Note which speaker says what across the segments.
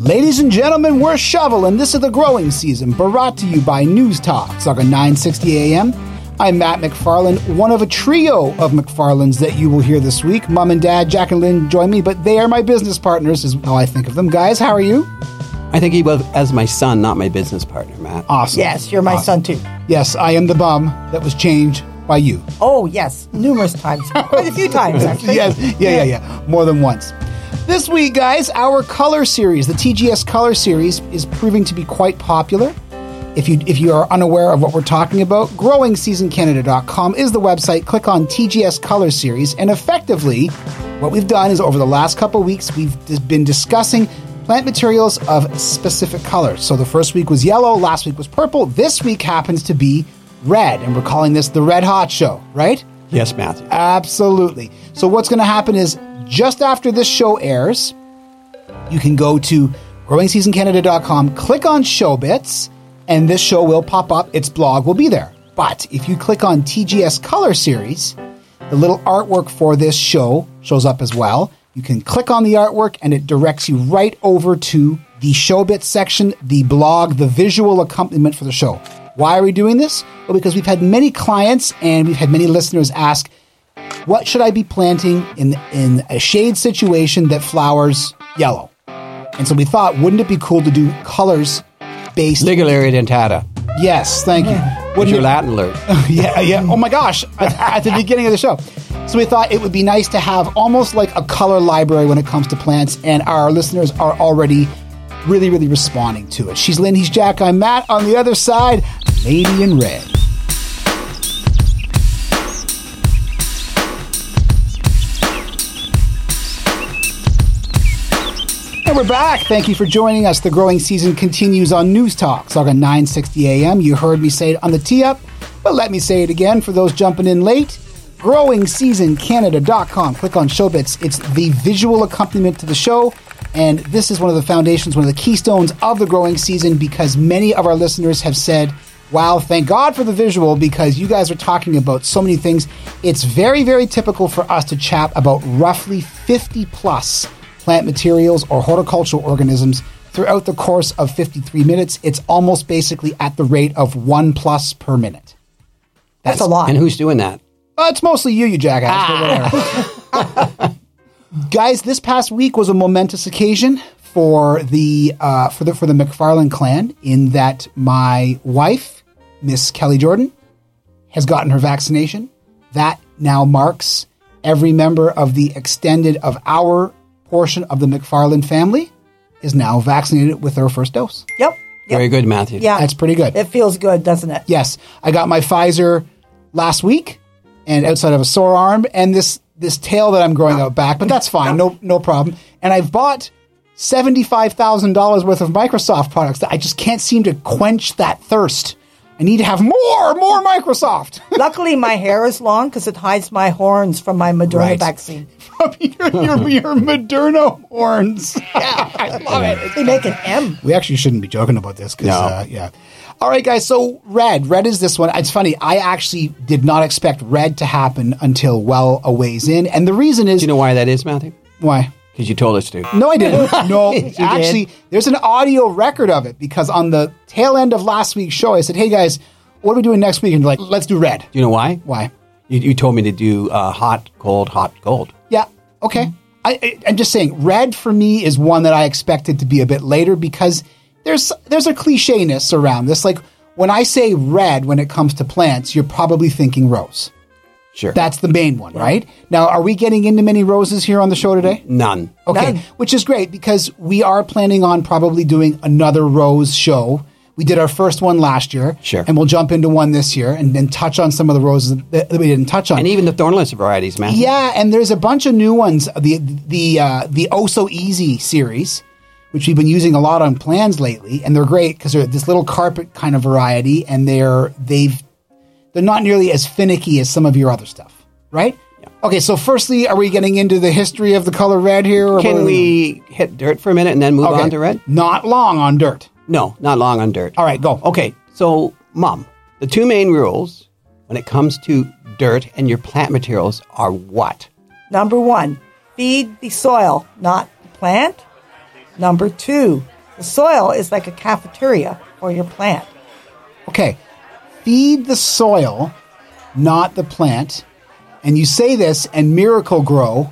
Speaker 1: Ladies and gentlemen, we're shoveling. This is the growing season, brought to you by News Talk, Saga 960 AM. I'm Matt McFarland, one of a trio of McFarlands that you will hear this week. Mom and Dad, Jack and Lynn join me, but they are my business partners, is how I think of them. Guys, how are you?
Speaker 2: I think he was as my son, not my business partner, Matt.
Speaker 1: Awesome.
Speaker 3: Yes, you're my
Speaker 1: Ah.
Speaker 3: son too.
Speaker 1: Yes, I am the bum that was changed by you.
Speaker 3: Oh, yes, numerous times. Quite a few times, actually.
Speaker 1: yes, yeah, yeah, yeah. More than once. This week, guys, our color series, the TGS color series, is proving to be quite popular. If you if you are unaware of what we're talking about, growingseasoncanada.com is the website. Click on TGS color series, and effectively, what we've done is over the last couple weeks, we've dis- been discussing plant materials of specific colors. So the first week was yellow, last week was purple. This week happens to be red, and we're calling this the Red Hot Show, right?
Speaker 2: Yes, Matthew.
Speaker 1: Absolutely. So what's going to happen is just after this show airs, you can go to growingseasoncanada.com, click on show bits, and this show will pop up. Its blog will be there. But if you click on TGS Color Series, the little artwork for this show shows up as well. You can click on the artwork and it directs you right over to the show bits section, the blog, the visual accompaniment for the show. Why are we doing this? Well, because we've had many clients and we've had many listeners ask, what should I be planting in in a shade situation that flowers yellow? And so we thought, wouldn't it be cool to do colors based?
Speaker 2: Ligularia dentata.
Speaker 1: Yes, thank you.
Speaker 2: What's
Speaker 1: Wouldn't
Speaker 2: your
Speaker 1: it-
Speaker 2: Latin alert?
Speaker 1: yeah, yeah. Oh my gosh! At, at the beginning of the show, so we thought it would be nice to have almost like a color library when it comes to plants, and our listeners are already really, really responding to it. She's Lynn. He's Jack. I'm Matt. On the other side, Lady in Red. And we're back. Thank you for joining us. The growing season continues on News Talk, Saga 960 AM. You heard me say it on the tee up, but let me say it again for those jumping in late. GrowingSeasonCanada.com. Click on show bits. It's the visual accompaniment to the show. And this is one of the foundations, one of the keystones of the growing season because many of our listeners have said, Wow, thank God for the visual because you guys are talking about so many things. It's very, very typical for us to chat about roughly 50 plus plant materials, or horticultural organisms throughout the course of 53 minutes. It's almost basically at the rate of one plus per minute.
Speaker 3: That's a lot.
Speaker 2: And who's doing that?
Speaker 1: Uh, it's mostly you, you jackass. but whatever. Guys, this past week was a momentous occasion for the uh, for the for the McFarland clan in that my wife, Miss Kelly Jordan, has gotten her vaccination. That now marks every member of the extended of our portion of the McFarland family is now vaccinated with their first dose.
Speaker 3: Yep. yep.
Speaker 2: Very good, Matthew.
Speaker 3: Yeah.
Speaker 1: That's pretty good.
Speaker 3: It feels good, doesn't it?
Speaker 1: Yes, I got my Pfizer last week, and outside of a sore arm and this this tail that I'm growing out back, but that's fine, no no problem. And I've bought seventy five thousand dollars worth of Microsoft products that I just can't seem to quench that thirst. I need to have more, more Microsoft.
Speaker 3: Luckily, my hair is long because it hides my horns from my Moderna
Speaker 1: Right.
Speaker 3: vaccine.
Speaker 1: From your, your, your Moderna horns. I love it.
Speaker 3: They make an M.
Speaker 1: We actually shouldn't be joking about this because,
Speaker 2: No.
Speaker 1: uh, yeah. All right, guys. So red, red is this one. It's funny. I actually did not expect red to happen until well a ways in, and the reason is
Speaker 2: Do you know why that is, Matthew?
Speaker 1: why.
Speaker 2: Because you told us to.
Speaker 1: No, I didn't. No, actually, there's an audio record of it because on the tail end of last week's show, I said, "Hey guys, what are we doing next week?" And they're like, "Let's do red."
Speaker 2: Do you know why?
Speaker 1: Why?
Speaker 2: You, you told me to do uh, hot, cold, hot, cold.
Speaker 1: Yeah. Okay. I, I, I'm just saying, red for me is one that I expected to be a bit later because there's there's a clichéness around this. Like when I say red, when it comes to plants, you're probably thinking rose.
Speaker 2: Sure.
Speaker 1: That's the main one, right? Now, are we getting into many roses here on the show today?
Speaker 2: None.
Speaker 1: Okay,
Speaker 3: None.
Speaker 1: which is great because we are planning on probably doing another Rose show. We did our first one last year,
Speaker 2: Sure.
Speaker 1: and we'll jump into one this year and then touch on some of the roses that that we didn't touch on.
Speaker 2: And even the thornless varieties, Matthew.
Speaker 1: Yeah, and there's a bunch of new ones. The the uh, the Oh So Easy series, which we've been using a lot on plans lately, and they're great because they're this little carpet kind of variety, and they're they've they're not nearly as finicky as some of your other stuff, right? Okay, so firstly, are we getting into the history of the color red here? Or what
Speaker 2: Can
Speaker 1: are
Speaker 2: we hit dirt for a minute and then move
Speaker 1: Okay.
Speaker 2: on to red?
Speaker 1: Not long on dirt.
Speaker 2: No, not long on dirt.
Speaker 1: All right, go.
Speaker 2: Okay, so mom, the two main rules when it comes to dirt and your plant materials are what?
Speaker 3: Number one, feed the soil, not the plant. Number two, The soil is like a cafeteria for your plant.
Speaker 1: Okay. Feed the soil, not the plant. And you say this, and Miracle Grow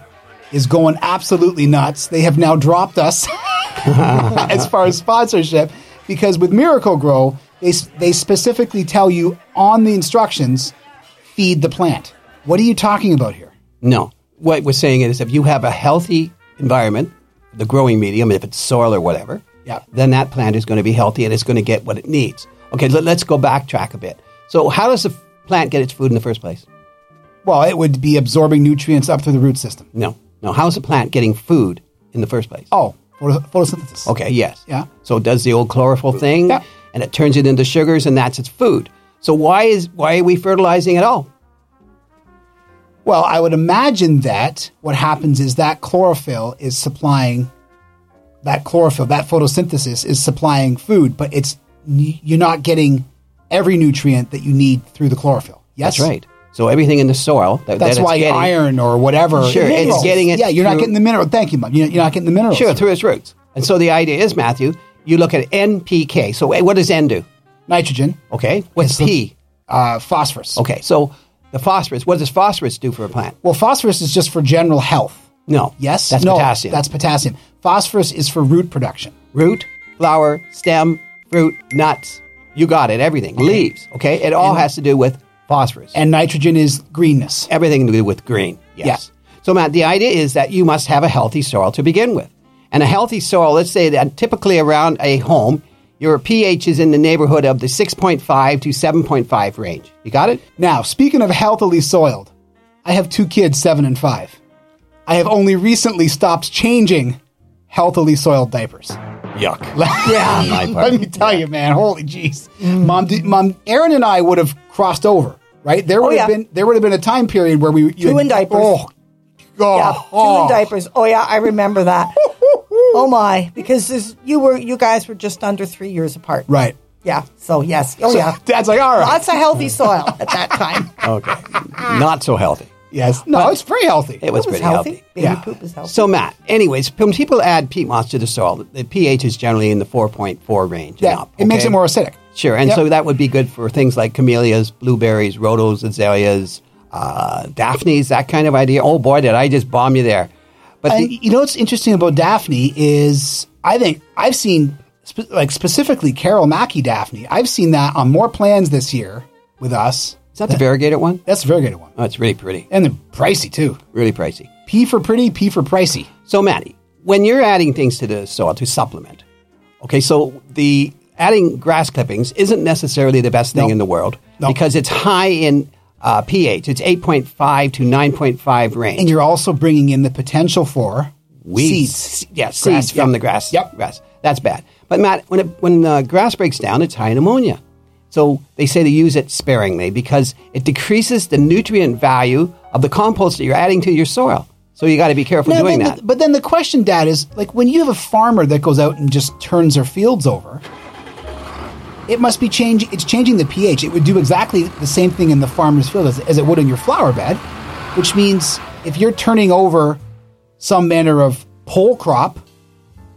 Speaker 1: is going absolutely nuts. They have now dropped us as far as sponsorship because with Miracle Grow, they, s- they specifically tell you on the instructions feed the plant. What are you talking about here?
Speaker 2: No. What we're saying is if you have a healthy environment, the growing medium, if it's soil or whatever,
Speaker 1: Yeah.
Speaker 2: then that plant is going to be healthy and it's going to get what it needs. Okay, let, us go backtrack a bit. So, how does the f- plant get its food in the first place?
Speaker 1: Well, it would be absorbing nutrients up through the root system.
Speaker 2: No. No. How is the plant getting food in the first place?
Speaker 1: Oh, photo- photosynthesis.
Speaker 2: Okay, yes.
Speaker 1: Yeah.
Speaker 2: So it does the old chlorophyll thing
Speaker 1: Yeah.
Speaker 2: and it turns it into sugars and that's its food. So why is why are we fertilizing at all?
Speaker 1: Well, I would imagine that what happens is that chlorophyll is supplying that chlorophyll, that photosynthesis is supplying food, but it's you're not getting every nutrient that you need through the chlorophyll. Yes,
Speaker 2: That's right. So everything in the soil that,
Speaker 1: That's
Speaker 2: that it's
Speaker 1: why
Speaker 2: getting,
Speaker 1: iron or whatever.
Speaker 2: Sure, it's
Speaker 1: minerals.
Speaker 2: getting it
Speaker 1: Yeah, you're not
Speaker 2: through-
Speaker 1: getting the mineral. Thank you, Mom. You're you're not getting the minerals.
Speaker 2: Sure, through its roots. And so the idea is, Matthew, you look at NPK. So eh, what does N do?
Speaker 1: Nitrogen,
Speaker 2: Okay. What's P?
Speaker 1: uh, phosphorus.
Speaker 2: Okay. So the phosphorus. What does phosphorus do for a plant?
Speaker 1: Well, phosphorus is just for general health.
Speaker 2: No.
Speaker 1: Yes.
Speaker 2: That's
Speaker 1: no,
Speaker 2: potassium.
Speaker 1: That's potassium. Phosphorus is for root production.
Speaker 2: root, flower, stem, fruit, nuts. You got it. Everything. Leaves. Okay. It all has to do with phosphorus.
Speaker 1: And nitrogen is greenness.
Speaker 2: everything to do with green. Yes. So, Matt, the idea is that you must have a healthy soil to begin with. And a healthy soil, let's say that typically around a home, your pH is in the neighborhood of the 6.5 to 7.5 range. You got it?
Speaker 1: Now, speaking of healthily soiled, I have two kids, seven and five. I have only recently stopped changing healthily soiled diapers.
Speaker 2: Yuck. yeah. On my part.
Speaker 1: Let me tell you, man, holy jeez, mom, did, mom, Aaron and I would have crossed over, right? There would have
Speaker 3: Oh, yeah.
Speaker 1: been there would have been a time period where we you
Speaker 3: Two in diapers.
Speaker 1: Oh, God,
Speaker 3: Yeah, two in diapers. Oh yeah, I remember that. oh my, because this, you were you guys were just under three years apart.
Speaker 1: right?
Speaker 3: Yeah. So yes. Oh yeah.
Speaker 1: Dad's like, all right,
Speaker 3: Lots of healthy soil at that time.
Speaker 1: Oh,
Speaker 2: okay. Not so healthy.
Speaker 1: yes, no, it's very healthy.
Speaker 2: It was,
Speaker 3: It was
Speaker 2: pretty
Speaker 3: healthy.
Speaker 2: healthy.
Speaker 3: Baby
Speaker 1: Yeah.
Speaker 3: poop is healthy.
Speaker 2: So, Matt, anyways, when people add peat moss to the soil, the pH is generally in the 4.4 range. and
Speaker 1: yeah,
Speaker 2: up,
Speaker 1: it makes it
Speaker 2: okay?
Speaker 1: more acidic.
Speaker 2: Sure, and
Speaker 1: Yep.
Speaker 2: so that would be good for things like camellias, blueberries, rhodos, azaleas, uh, daphnes, that kind of idea. Oh boy, did I just bomb you there! But
Speaker 1: And
Speaker 2: the,
Speaker 1: you know what's interesting about Daphne is I think I've seen spe- like specifically Carol Mackey Daphne. I've seen that on more plans this year with us.
Speaker 2: is that the variegated one?
Speaker 1: That's a very good one,
Speaker 2: Oh, it's really pretty,
Speaker 1: and they're pricey too.
Speaker 2: really pricey.
Speaker 1: P for pretty, P for pricey.
Speaker 2: So, Matty, when you're adding things to the soil to supplement, okay, so the adding grass clippings isn't necessarily the best thing
Speaker 1: No.
Speaker 2: in the world
Speaker 1: No.
Speaker 2: because it's high in uh, pH. It's 8.5 to 9.5 range.
Speaker 1: And you're also bringing in the potential for seeds.
Speaker 2: S- Yeah,
Speaker 1: Grass,
Speaker 2: seeds from
Speaker 1: yeah.
Speaker 2: the grass.
Speaker 1: Yep.
Speaker 2: grass. That's bad. But Matt, when it, when uh, grass breaks down, it's high in ammonia. So they say to use it sparingly because it decreases the nutrient value of the compost that you're adding to your soil. So you got to be careful
Speaker 1: No,
Speaker 2: doing
Speaker 1: then
Speaker 2: that.
Speaker 1: the- but then the question, Dad, is like when you have a farmer that goes out and just turns their fields over, it must be changing. It's changing the pH. It would do exactly the same thing in the farmer's field as, as it would in your flower bed, which means if you're turning over some manner of pole crop,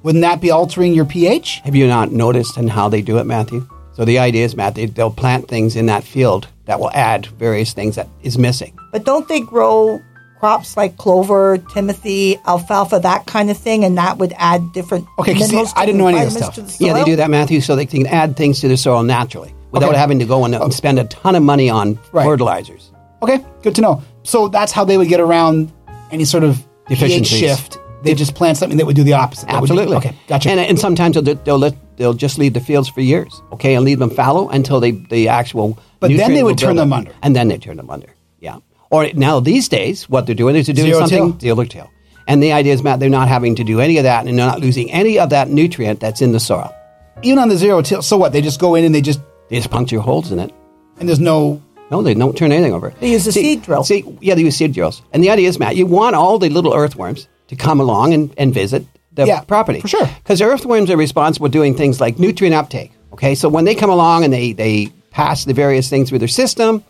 Speaker 1: wouldn't that be altering your pH?
Speaker 2: Have you not noticed and how they do it, Matthew? So the idea is, Matt, they, they'll plant things in that field that will add various things that is missing.
Speaker 3: But don't they grow crops like clover, timothy, alfalfa, that kind of thing, and that would add different
Speaker 1: Okay, 'cause see,
Speaker 3: minerals
Speaker 1: I
Speaker 3: to
Speaker 1: didn't
Speaker 3: the
Speaker 1: know any of this
Speaker 3: vitamins
Speaker 1: stuff.
Speaker 3: to the
Speaker 2: Yeah, they
Speaker 3: soil?
Speaker 2: do that, Matthew, so they can add things to the soil naturally without
Speaker 1: Okay.
Speaker 2: having to go and and spend a ton of money on
Speaker 1: Right.
Speaker 2: fertilizers.
Speaker 1: Okay, good to know. So that's how they would get around any sort of pH
Speaker 2: Deficiencies.
Speaker 1: shift. They just plant something that would do the opposite. That would do-
Speaker 2: Absolutely.
Speaker 1: okay, gotcha.
Speaker 2: And, and sometimes they'll, they'll let they'll just leave the fields for years, okay, and leave them fallow until they the actual.
Speaker 1: But then
Speaker 2: nutrient
Speaker 1: they would
Speaker 2: will build
Speaker 1: turn them
Speaker 2: up.
Speaker 1: under.
Speaker 2: and then they turn them under. Yeah. Or now these days, what they're doing is they're doing
Speaker 1: Zero
Speaker 2: something
Speaker 1: till.
Speaker 2: dealer tail, and the idea is Matt, they're not having to do any of that, and they're not losing any of that nutrient that's in the soil.
Speaker 1: Even on the zero till, so what? They just go in and they just
Speaker 2: They just puncture holes in it.
Speaker 1: and there's no
Speaker 2: No, they don't turn anything over.
Speaker 3: They use a
Speaker 2: See-
Speaker 3: seed drill.
Speaker 2: See, yeah, they use seed drills. And the idea is, Matt, you want all the little earthworms to come along and, and visit the
Speaker 1: Yeah,
Speaker 2: property.
Speaker 1: for sure.
Speaker 2: Because earthworms are responsible for doing things like nutrient uptake. Okay, so when they come along and they, they pass the various things through their system,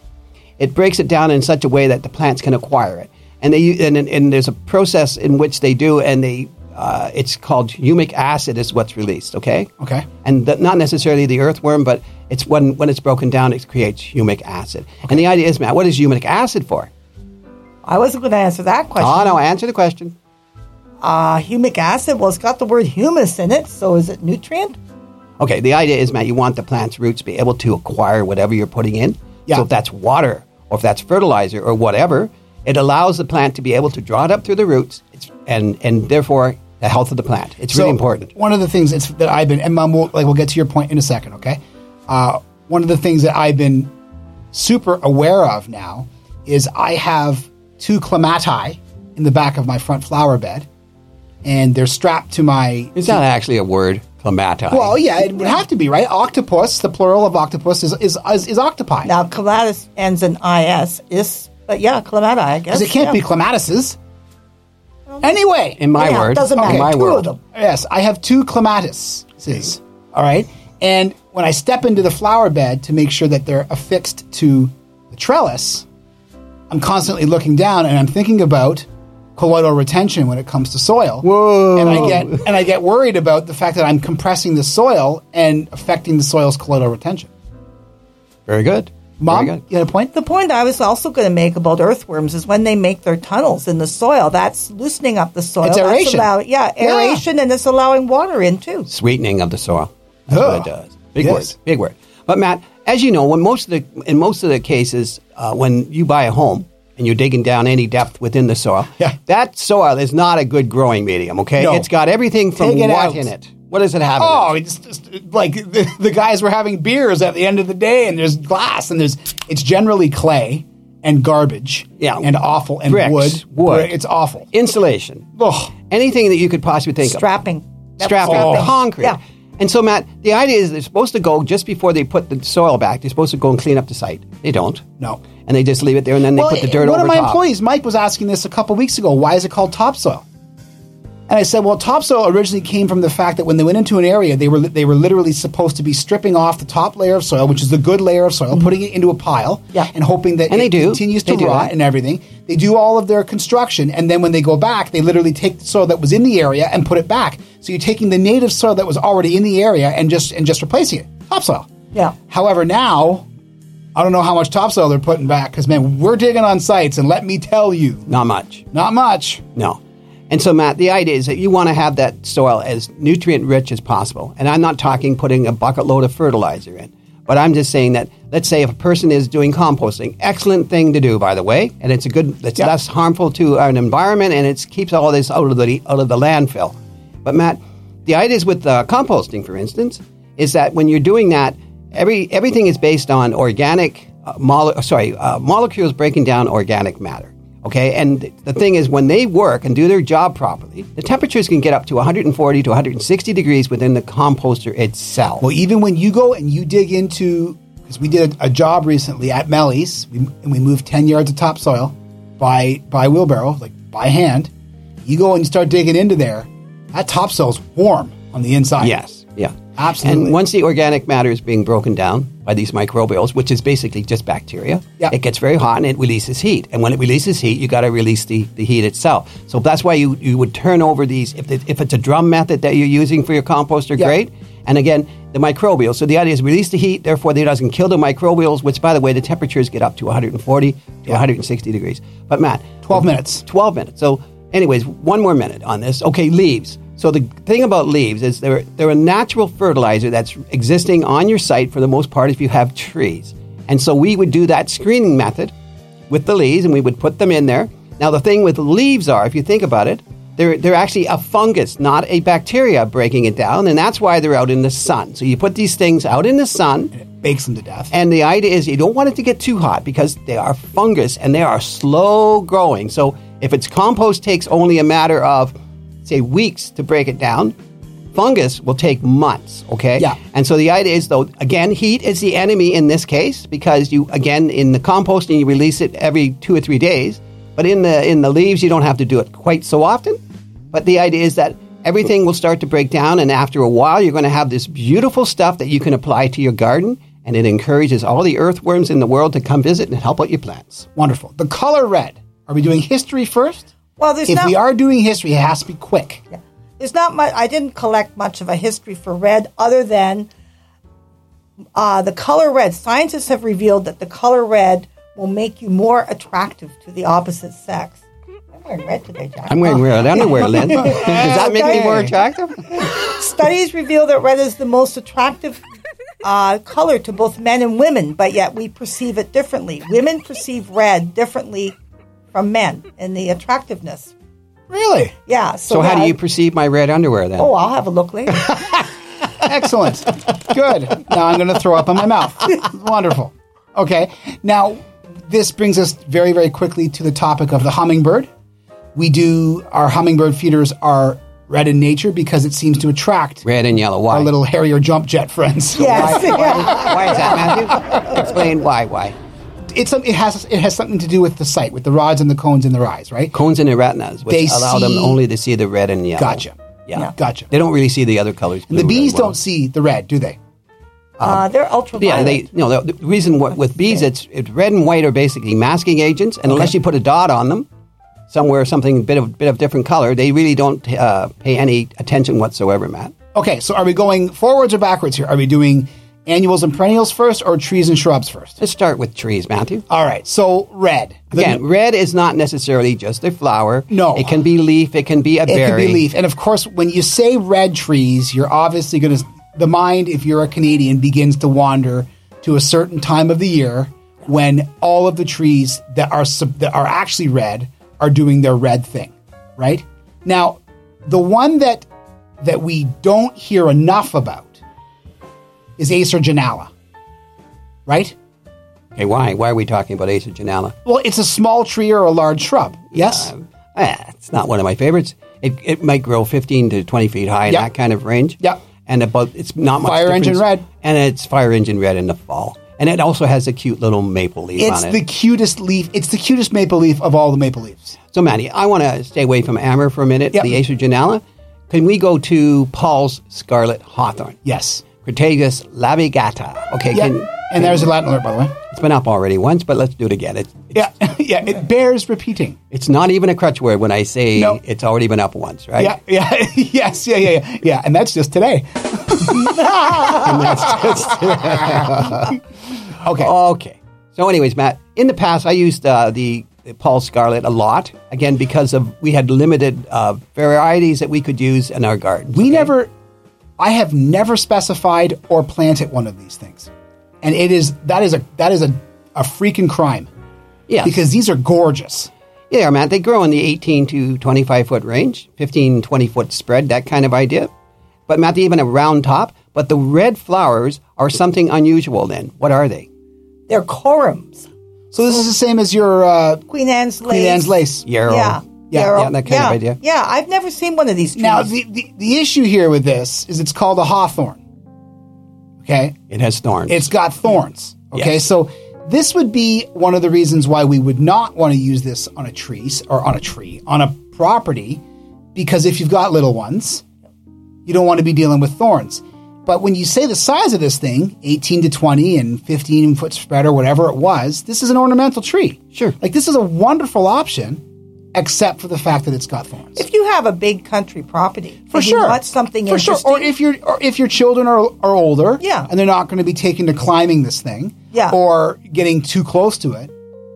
Speaker 2: it breaks it down in such a way that the plants can acquire it. And, they, u- and, and, and there's a process in which they do, and they uh, it's called humic acid is what's released. Okay.
Speaker 1: Okay.
Speaker 2: And the, not necessarily the earthworm, but it's when when it's broken down, it creates humic acid. And the idea is, Matt, what is humic acid for?
Speaker 3: I wasn't going to answer that question.
Speaker 1: Ah.
Speaker 2: Oh no, answer the question.
Speaker 3: Uh, humic acid. Well, it's got the word humus in it, so is it nutrient?
Speaker 2: Okay, the idea is, Matt, you want the plant's roots to be able to acquire whatever you're putting in.
Speaker 1: Yeah.
Speaker 2: So if that's water or if that's fertilizer or whatever, it allows the plant to be able to draw it up through the roots it's, and, and therefore the health of the plant. It's really important.
Speaker 1: One of the things it's, that I've been, and Mom, we'll, like, we'll get to your point in a second, okay? Uh, one of the things that I've been super aware of now is I have two clemati in the back of my front flower bed, and they're strapped to my.
Speaker 2: It's not actually a word, clemati.
Speaker 1: Well, yeah, it would have to be, right? Octopus, the plural of octopus is, is, is, is octopi.
Speaker 3: Now, clematis ends in is, is, but yeah, clemati, I guess.
Speaker 1: Because it can't be
Speaker 3: yeah.
Speaker 1: clematises. Anyway,
Speaker 2: in my
Speaker 3: Yeah,
Speaker 2: word,
Speaker 3: doesn't
Speaker 2: in
Speaker 3: matter.
Speaker 2: my
Speaker 3: Two of
Speaker 2: world.
Speaker 3: them.
Speaker 1: Yes, I have two clematises. All right. And when I step into the flower bed to make sure that they're affixed to the trellis, I'm constantly looking down and I'm thinking about colloidal retention when it comes to soil.
Speaker 2: Whoa.
Speaker 1: And I get and I get worried about the fact that I'm compressing the soil and affecting the soil's colloidal retention.
Speaker 2: Very good.
Speaker 1: Mom,
Speaker 2: Very
Speaker 1: you
Speaker 2: good.
Speaker 1: had a point?
Speaker 3: The point I was also going to make about earthworms is when they make their tunnels in the soil, that's loosening up the soil.
Speaker 1: It's
Speaker 3: That's
Speaker 1: aeration.
Speaker 3: allow- yeah,
Speaker 1: Yeah.
Speaker 3: aeration, and it's allowing water in too.
Speaker 2: sweetening of the soil. That's
Speaker 1: Ugh.
Speaker 2: what it does. Big
Speaker 1: Yes.
Speaker 2: word, big word. But Matt, as you know, when most of the in most of the cases, uh, when you buy a home and you're digging down any depth within the soil,
Speaker 1: Yeah.
Speaker 2: that soil is not a good growing medium. Okay,
Speaker 1: No.
Speaker 2: it's got everything from
Speaker 1: Take it
Speaker 2: what
Speaker 1: out.
Speaker 2: in it. What does it have?
Speaker 1: Oh,
Speaker 2: in it?
Speaker 1: it's just like the, the guys were having beers at the end of the day, and there's glass, and there's it's generally clay and garbage,
Speaker 2: Yeah.
Speaker 1: and awful and
Speaker 2: Bricks,
Speaker 1: wood,
Speaker 2: wood.
Speaker 1: Brick, It's awful.
Speaker 2: insulation,
Speaker 1: Ugh.
Speaker 2: anything that you could possibly think of.
Speaker 3: Strapping. That was
Speaker 2: strapping
Speaker 1: strapping.
Speaker 2: concrete.
Speaker 3: Yeah.
Speaker 2: And so, Matt, the idea is they're supposed to go just before they put the soil back. They're supposed to go and clean up the site. They don't.
Speaker 1: No.
Speaker 2: And they just leave it there, and then they
Speaker 1: Well, eh,
Speaker 2: put the dirt
Speaker 1: one
Speaker 2: over
Speaker 1: of my
Speaker 2: top.
Speaker 1: employees, Mike, was asking this a couple weeks ago. Why is it called topsoil? And I said, well, topsoil originally came from the fact that when they went into an area, they were they were literally supposed to be stripping off the top layer of soil, which is the good layer of soil, putting it into a pile,
Speaker 3: Yeah.
Speaker 1: and hoping that
Speaker 2: Mm-hmm. And
Speaker 1: it
Speaker 2: they do.
Speaker 1: continues to
Speaker 2: They do
Speaker 1: rot
Speaker 2: that.
Speaker 1: and everything. They do all of their construction, and then when they go back, they literally take the soil that was in the area and put it back. So you're taking the native soil that was already in the area and just and just replacing it topsoil.
Speaker 3: Yeah.
Speaker 1: However, now I don't know how much topsoil they're putting back because man, we're digging on sites, and let me tell you,
Speaker 2: Not much.
Speaker 1: not much.
Speaker 2: No. And so, Matt, the idea is that you want to have that soil as nutrient rich as possible. And I'm not talking putting a bucket load of fertilizer in, but I'm just saying that, let's say if a person is doing composting, excellent thing to do, by the way, and it's a good, it's
Speaker 1: Yep.
Speaker 2: less harmful to an environment and it keeps all this out of the, out of the landfill. But, Matt, the idea is with uh, composting, for instance, is that when you're doing that, every, everything is based on organic, uh, mole- sorry, uh, molecules breaking down organic matter. Okay, and th- the thing is, when they work and do their job properly, the temperatures can get up to 140 to 160 degrees within the composter itself.
Speaker 1: Well, even when you go and you dig into, because we did a, a job recently at Melly's, we, and we moved ten yards of topsoil by by wheelbarrow, like by hand. You go and you start digging into there. That topsoil's warm on the inside.
Speaker 2: yes, yeah,
Speaker 1: Absolutely.
Speaker 2: And once the organic matter is being broken down by these microbials, which is basically just bacteria,
Speaker 1: Yeah.
Speaker 2: it gets very hot and it releases heat. And when it releases heat, you got to release the, the heat itself. So that's why you, you would turn over these. If, it, if it's a drum method that you're using for your composter,
Speaker 1: Yeah.
Speaker 2: great. And again, the microbials. So the idea is release the heat, therefore it doesn't kill the microbials, which by the way, the temperatures get up to 140 to 160 degrees. But Matt,
Speaker 1: 12 minutes.
Speaker 2: 12 minutes. So, anyways, one more minute on this. Okay, leaves. So, the thing about leaves is they're, they're a natural fertilizer that's existing on your site for the most part if you have trees. And so, we would do that screening method with the leaves and we would put them in there. Now, the thing with leaves are, if you think about it, they're, they're actually a fungus, not a bacteria breaking it down. And that's why they're out in the sun. So, you put these things out in the sun.
Speaker 1: bakes them to death.
Speaker 2: And the idea is you don't want it to get too hot because they are fungus and they are slow growing. So if its compost takes only a matter of, say, weeks to break it down, fungus will take months, okay?
Speaker 1: Yeah.
Speaker 2: And so the idea is, though, again, heat is the enemy in this case because you, again, in the composting, you release it every two or three days. But in the, in the leaves, you don't have to do it quite so often. But the idea is that everything will start to break down, and after a while, you're going to have this beautiful stuff that you can apply to your garden, and it encourages all the earthworms in the world to come visit and help out your plants.
Speaker 1: Wonderful. The color red. Are we doing history first?
Speaker 3: Well, there's
Speaker 1: if
Speaker 3: not-
Speaker 1: we are doing history, it has to be quick.
Speaker 3: There's not much. I didn't collect much of a history for red, other than uh, the color red. Scientists have revealed that the color red will make you more attractive to the opposite sex. I'm wearing red today, Jack.
Speaker 2: I'm wearing red underwear, Lynn. Does that make me more attractive?
Speaker 3: Studies reveal that red is the most attractive uh, color to both men and women, but yet we perceive it differently. Women perceive red differently from men in the attractiveness.
Speaker 1: Really?
Speaker 3: Yeah.
Speaker 2: So,
Speaker 3: So,
Speaker 2: how do
Speaker 3: that-
Speaker 2: you perceive my red underwear then?
Speaker 3: Oh, I'll have a look later.
Speaker 1: Excellent. Good. Now I'm going to throw up in my mouth. Wonderful. Okay. Now, this brings us very, very quickly to the topic of the hummingbird. We do, our hummingbird feeders are red in nature because it seems to attract
Speaker 2: Red and yellow. Why?
Speaker 1: our little hairier jump jet friends.
Speaker 3: yes. yeah.
Speaker 2: why is that, Matthew? Explain why. Why?
Speaker 1: It's, some- it, has, it has something to do with the sight, with the rods and the cones in their eyes, right?
Speaker 2: Cones and the retinas, which
Speaker 1: They
Speaker 2: allow them
Speaker 1: see-
Speaker 2: only to see the red and yellow.
Speaker 1: Gotcha.
Speaker 2: Yeah.
Speaker 3: Yeah.
Speaker 1: Gotcha.
Speaker 2: They don't really see the other colors.
Speaker 1: The
Speaker 2: blue, red,
Speaker 1: bees
Speaker 2: well.
Speaker 1: don't see the red, do they?
Speaker 3: Uh,
Speaker 1: Um,
Speaker 3: they're ultraviolet.
Speaker 2: Yeah, they. You know, the, the reason what, with bees, it's, it's red and white are basically masking agents, and unless you put a dot on them somewhere, something bit of bit of different color, they really don't uh, pay any attention whatsoever, Matt.
Speaker 1: Okay, so are we going forwards or backwards here? Are we doing annuals and perennials first or trees and shrubs first?
Speaker 2: Let's start with trees, Matthew.
Speaker 1: All right, so red. The-
Speaker 2: Again, red is not necessarily just a flower.
Speaker 1: No.
Speaker 2: it can be leaf. It can be a
Speaker 1: it could
Speaker 2: berry.
Speaker 1: be leaf. And of course, when you say red trees, you're obviously going to, the mind, if you're a Canadian, begins to wander to a certain time of the year when all of the trees that are, sub, that are actually red are doing their red thing, right? Now, the one that, that we don't hear enough about is Acer genala, right?
Speaker 2: Okay, why? Why are we talking about Acer genala?
Speaker 1: Well, it's a small tree or a large shrub. Yes.
Speaker 2: Ah, it's not one of my favorites. It, it might grow 15 to 20 feet high in
Speaker 1: Yeah.
Speaker 2: that kind of range.
Speaker 1: Yeah.
Speaker 2: And about, it's not much
Speaker 1: Fire engine
Speaker 2: difference.
Speaker 1: red.
Speaker 2: And it's fire engine red in the fall. And it also has a cute little maple leaf
Speaker 1: it's
Speaker 2: on it.
Speaker 1: the cutest leaf. It's the cutest maple leaf of all the maple leaves.
Speaker 2: so, Maddie, I want to stay away from Amber for a minute,
Speaker 1: Yep.
Speaker 2: the Acer genala. Can we go to Paul's Scarlet Hawthorn?
Speaker 1: Yes.
Speaker 2: Crataegus labigata. Okay,
Speaker 1: Yeah.
Speaker 2: can,
Speaker 1: and there's a Latin alert, by the way.
Speaker 2: it's been up already once, but let's do it again. It,
Speaker 1: Yeah. yeah. It bears repeating.
Speaker 2: It's not even a crutch word when I say
Speaker 1: No.
Speaker 2: it's already been up once, right?
Speaker 1: Yeah. Yeah. yes. Yeah. Yeah. Yeah. Yeah. And that's just today. okay.
Speaker 2: Okay. So, anyways, Matt, in the past, I used uh, the, the Paul Scarlet a lot again because of we had limited uh, varieties that we could use in our garden.
Speaker 1: We never, I have never specified or planted one of these things, and it is that is a that is a a freaking crime
Speaker 2: yeah
Speaker 1: because these are gorgeous.
Speaker 2: yeah, Matt, they grow in the 18 to 25 foot range, 15 20 foot spread, that kind of idea. But Matt, they even a round top. But the red flowers are something unusual. Then, what are they?
Speaker 3: They're corums.
Speaker 1: So this is the same as your uh,
Speaker 3: Queen Anne's lace.
Speaker 1: Queen Anne's lace.
Speaker 2: Yarrow.
Speaker 3: Yeah.
Speaker 1: Yeah,
Speaker 3: Yarrow.
Speaker 2: yeah, that kind of
Speaker 3: yeah.
Speaker 2: idea.
Speaker 3: Yeah, I've never seen one of these trees.
Speaker 1: Now, the, the, the issue here with this is it's called a hawthorn. Okay.
Speaker 2: It has thorns.
Speaker 1: It's got thorns. Okay.
Speaker 2: Yes.
Speaker 1: So, this would be one of the reasons why we would not want to use this on a tree or on a tree, on a property, because if you've got little ones, you don't want to be dealing with thorns. But when you say the size of this thing, 18 to 20 and 15 foot spread or whatever it was, this is an ornamental tree.
Speaker 2: Sure.
Speaker 1: Like, this is a wonderful option, except for the fact that it's got thorns.
Speaker 3: if you have a big country property,
Speaker 1: for
Speaker 3: and
Speaker 1: sure.
Speaker 3: you want something
Speaker 1: for sure.
Speaker 3: interesting.
Speaker 1: Or if your or if your children are are older,
Speaker 3: Yeah.
Speaker 1: and they're not going to be taken to climbing this thing,
Speaker 3: Yeah.
Speaker 1: or getting too close to it,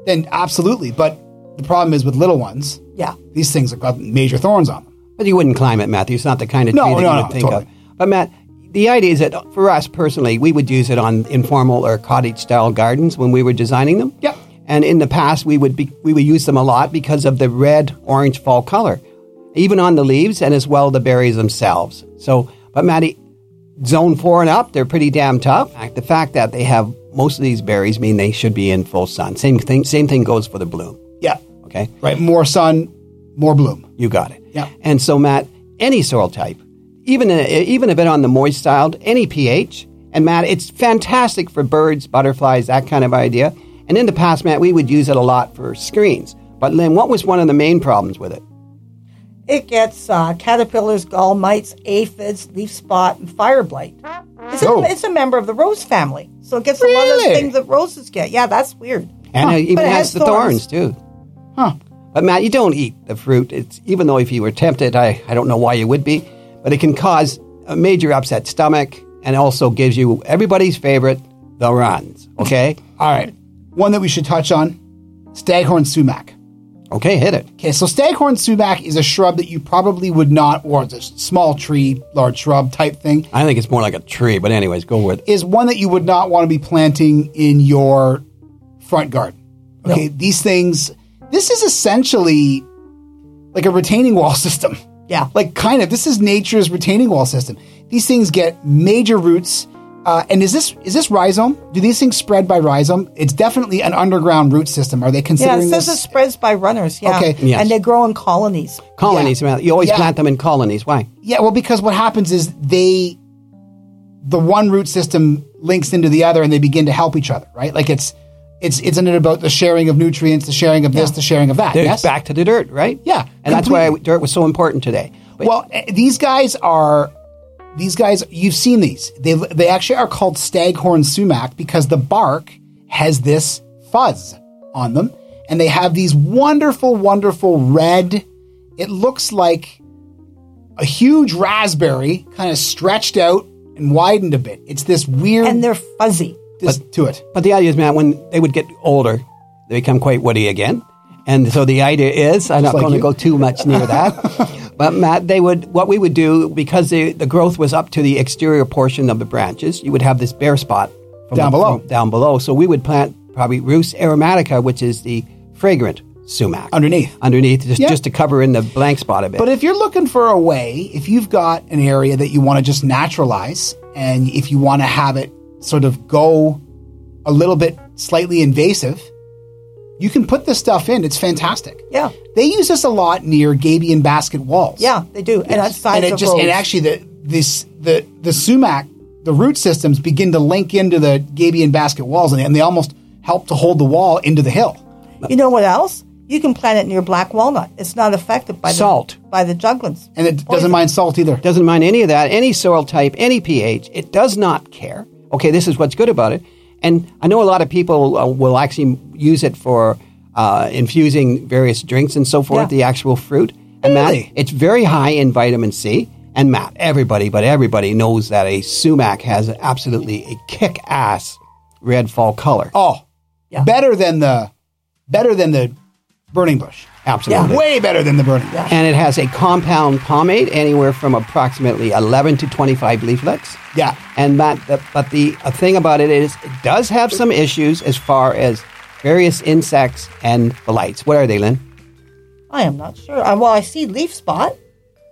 Speaker 1: then absolutely. But the problem is with little ones,
Speaker 3: Yeah.
Speaker 1: these things have got major thorns on them.
Speaker 2: But you wouldn't climb it, Matthew. It's not the kind of
Speaker 1: No,
Speaker 2: tree that
Speaker 1: no,
Speaker 2: you
Speaker 1: no,
Speaker 2: would think
Speaker 1: totally.
Speaker 2: of. But Matt, the idea is that for us personally, we would use it on informal or cottage style gardens when we were designing them.
Speaker 1: Yep.
Speaker 2: And in the past, we would be we would use them a lot because of the red orange fall color, even on the leaves and as well the berries themselves. So, but Matty, zone four and up, they're pretty damn tough. In fact, The fact that they have most of these berries mean they should be in full sun. Same thing. Same thing goes for the bloom.
Speaker 1: Yeah,
Speaker 2: Okay.
Speaker 1: right. More sun, more bloom.
Speaker 2: You got it.
Speaker 1: Yeah.
Speaker 2: And so, Matt, any soil type, even a, even a bit on the moist side, any pH, and Matt, it's fantastic for birds, butterflies, that kind of idea. And in the past, Matt, we would use it a lot for screens. But Lynn, what was one of the main problems with it?
Speaker 3: It gets uh, caterpillars, gall mites, aphids, leaf spot, and fire blight. It's,
Speaker 1: Oh.
Speaker 3: a, it's a member of the rose family, so it gets a lot of
Speaker 1: Really?
Speaker 3: those things that roses get. Yeah, that's weird.
Speaker 2: And it even
Speaker 3: But it
Speaker 2: has,
Speaker 3: has
Speaker 2: the thorns.
Speaker 3: thorns.
Speaker 2: too. Huh. But Matt, you don't eat the fruit. It's even though if you were tempted, I, I don't know why you would be. but it can cause a major upset stomach and also gives you everybody's favorite, the runs. Okay?
Speaker 1: All right. One that we should touch on staghorn sumac.
Speaker 2: Okay, hit it.
Speaker 1: Okay, so staghorn sumac is a shrub that you probably would not, or it's a small tree, large shrub type thing,
Speaker 2: I think it's more like a tree, but anyways, go with it.
Speaker 1: is one that you would not want to be planting in your front garden. Okay, these things, this is essentially like a retaining wall system.
Speaker 3: Yeah.
Speaker 1: Like, kind of. This is nature's retaining wall system. These things get major roots. Uh, and is this is this rhizome? Do these things spread by rhizome? It's definitely an underground root system. Are they
Speaker 3: Yeah,
Speaker 1: considering
Speaker 3: it says
Speaker 1: this?
Speaker 3: it spreads by runners. Yeah.
Speaker 1: Okay.
Speaker 2: Yes.
Speaker 3: And they grow in colonies.
Speaker 2: Colonies, man. You always
Speaker 1: Yeah.
Speaker 2: plant them in colonies. Why?
Speaker 1: Yeah, well, because what happens is they, the one root system links into the other, and they begin to help each other, right? Like it's, it's, it's in it about the sharing of nutrients, the sharing of this, the sharing of that.
Speaker 2: It's
Speaker 1: yes.
Speaker 2: back to the dirt, right?
Speaker 1: Yeah,
Speaker 2: And that's why dirt was so important today. But
Speaker 1: well, eh, these guys are, these guys. You've seen these. They they actually are called staghorn sumac because the bark has this fuzz on them, and they have these wonderful, wonderful red. It looks like a huge raspberry, kind of stretched out and widened a bit. It's this weird
Speaker 3: And they're fuzzy.
Speaker 1: this to it.
Speaker 2: But the idea is, man, when they would get older, they become quite woody again. And so the idea is, I'm not
Speaker 1: like
Speaker 2: going to
Speaker 1: you.
Speaker 2: go too much near that. but Matt, they would what we would do because the the growth was up to the exterior portion of the branches. You would have this bare spot from
Speaker 1: Down
Speaker 2: the-
Speaker 1: below.
Speaker 2: from down below. So we would plant probably Rus aromatica, which is the fragrant sumac
Speaker 1: Underneath.
Speaker 2: Underneath, just,
Speaker 1: Yeah.
Speaker 2: just to cover in the blank spot a bit.
Speaker 1: But if you're looking for a way, if you've got an area that you want to just naturalize, and if you want to have it sort of go a little bit slightly invasive, you can put this stuff in. It's fantastic.
Speaker 3: Yeah.
Speaker 1: They use this a lot near gabion basket walls.
Speaker 3: Yeah, they do. And outside
Speaker 1: and it
Speaker 3: of
Speaker 1: just
Speaker 3: roads.
Speaker 1: and actually the this the the sumac the root systems begin to link into the gabion basket walls, and they, and they almost help to hold the wall into the hill.
Speaker 3: you know what else? You can plant it near black walnut. It's not affected by the
Speaker 2: Salt.
Speaker 3: by the juglins.
Speaker 1: And it doesn't mind salt either.
Speaker 2: doesn't mind any of that, any soil type, any pH. It does not care. Okay, this is what's good about it. And I know a lot of people uh, will actually use it for uh, infusing various drinks and so forth,
Speaker 3: Yeah.
Speaker 2: the actual fruit. And Matt, it's very high in vitamin C. And Matt, everybody, but everybody knows that a sumac has absolutely a kick ass red fall color.
Speaker 1: Oh,
Speaker 3: Yeah.
Speaker 1: better than the better than the burning bush.
Speaker 2: absolutely.
Speaker 1: Way better than the burning bush.
Speaker 2: And it has a compound pomade anywhere from approximately 11 to 25 leaflets.
Speaker 1: Yeah.
Speaker 2: And that, the, but the uh, thing about it is, it does have some issues as far as various insects and blights. What are they, Lynn?
Speaker 3: I am not sure. Uh, well, I see leaf spot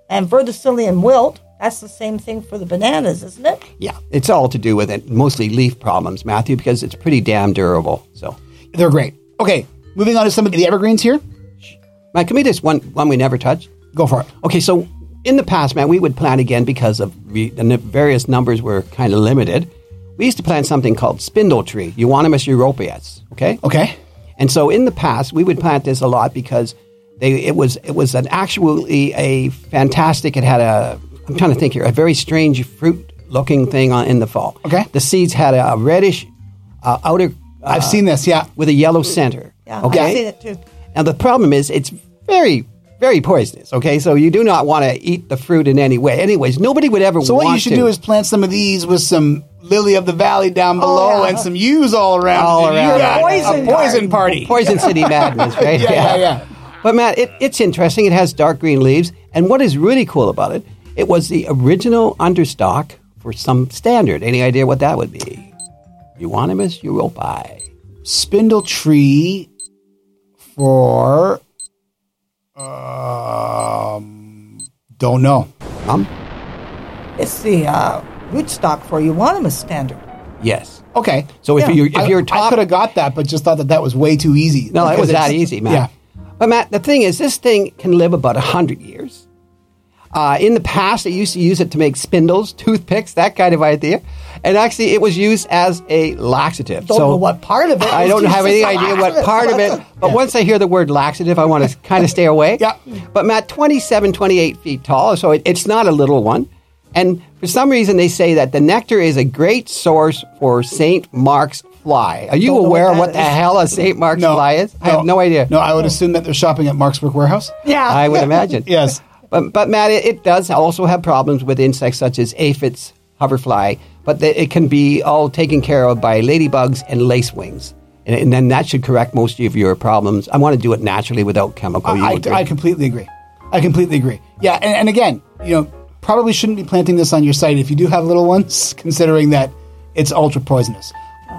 Speaker 3: and verticillium wilt. That's the same thing for the bananas, isn't it?
Speaker 2: Yeah, it's all to do with it, mostly leaf problems, Matthew, because it's pretty damn durable. So,
Speaker 1: They're great. Okay, moving on to some of the evergreens here.
Speaker 2: Matt, can we just one one we never touched?
Speaker 1: Go for it.
Speaker 2: Okay, so in the past, man, we would plant again because of re- the n- various numbers were kind of limited. We used to plant something called spindle tree, Euonymus europaeus. Okay.
Speaker 1: Okay.
Speaker 2: And so in the past, we would plant this a lot because they, it was it was an actually a fantastic. It had a I'm trying to think here a very strange fruit looking thing on, in the fall.
Speaker 1: Okay.
Speaker 2: the seeds had a, reddish uh, outer uh,
Speaker 1: I've seen this. Yeah.
Speaker 2: with a yellow center.
Speaker 3: Mm. Yeah,
Speaker 2: okay.
Speaker 3: I've seen it too.
Speaker 2: Now the problem is it's very very poisonous. Okay, so you do not want to eat the fruit in any way. Anyways, nobody would ever.
Speaker 1: So what you
Speaker 2: want
Speaker 1: should
Speaker 2: to.
Speaker 1: do is plant some of these with some lily of the valley down below
Speaker 3: yeah.
Speaker 1: and some yews all around.
Speaker 2: Oh, All
Speaker 1: and you
Speaker 2: around.
Speaker 1: got
Speaker 3: Poison
Speaker 1: a poison
Speaker 3: garden.
Speaker 1: party.
Speaker 2: Poison City Madness, right?
Speaker 1: Yeah, yeah, yeah.
Speaker 2: But Matt, it, it's interesting. It has dark green leaves, and what is really cool about it, it was the original understock for some standard. Any idea what that would be? Euonymus europae.
Speaker 1: Spindle tree for um don't know.
Speaker 2: Um,
Speaker 3: It's the uh, rootstock for euonymus standard.
Speaker 2: yes.
Speaker 1: Okay.
Speaker 2: So if
Speaker 3: Yeah.
Speaker 2: you if
Speaker 1: I-
Speaker 2: you're
Speaker 1: I
Speaker 2: top,
Speaker 1: could have got that, but just thought that that was way too easy.
Speaker 2: no, it
Speaker 1: Because
Speaker 2: was
Speaker 1: it's-
Speaker 2: that easy, Matt.
Speaker 1: Yeah.
Speaker 2: But Matt, the thing is, this thing can live about hundred years. Uh, in the past, they used to use it to make spindles, toothpicks, that kind of idea, and actually, it was used as a laxative.
Speaker 3: Don't
Speaker 2: so,
Speaker 3: know what part of it.
Speaker 2: I
Speaker 3: was
Speaker 2: don't
Speaker 3: used
Speaker 2: have
Speaker 3: as
Speaker 2: any
Speaker 3: a
Speaker 2: idea what
Speaker 3: laxative.
Speaker 2: part of it, but once I hear the word laxative, I want to kind of stay away.
Speaker 1: Yeah.
Speaker 2: But Matt, 27, 28 feet tall, so it, it's not a little one. And for some reason, they say that the nectar is a great source for St. Mark's fly. Are you
Speaker 3: Don't know
Speaker 2: aware
Speaker 3: what
Speaker 2: of
Speaker 3: that
Speaker 2: what the
Speaker 3: is.
Speaker 2: hell a St. Mark's fly is? I have no idea.
Speaker 1: No, I would assume that they're shopping at Mark's Brick Warehouse.
Speaker 3: Yeah.
Speaker 2: I would imagine.
Speaker 1: Yes.
Speaker 2: But, but Matt, it, it does also have problems with insects such as aphids, hoverfly, but th- it can be all taken care of by ladybugs and lacewings. And, and then that should correct most of your problems. I want to do it naturally without chemical. You
Speaker 1: I,
Speaker 2: agree?
Speaker 1: I, I completely agree. I completely agree. Yeah, and, and again, you know, probably shouldn't be planting this on your site if you do have little ones, considering that it's ultra poisonous.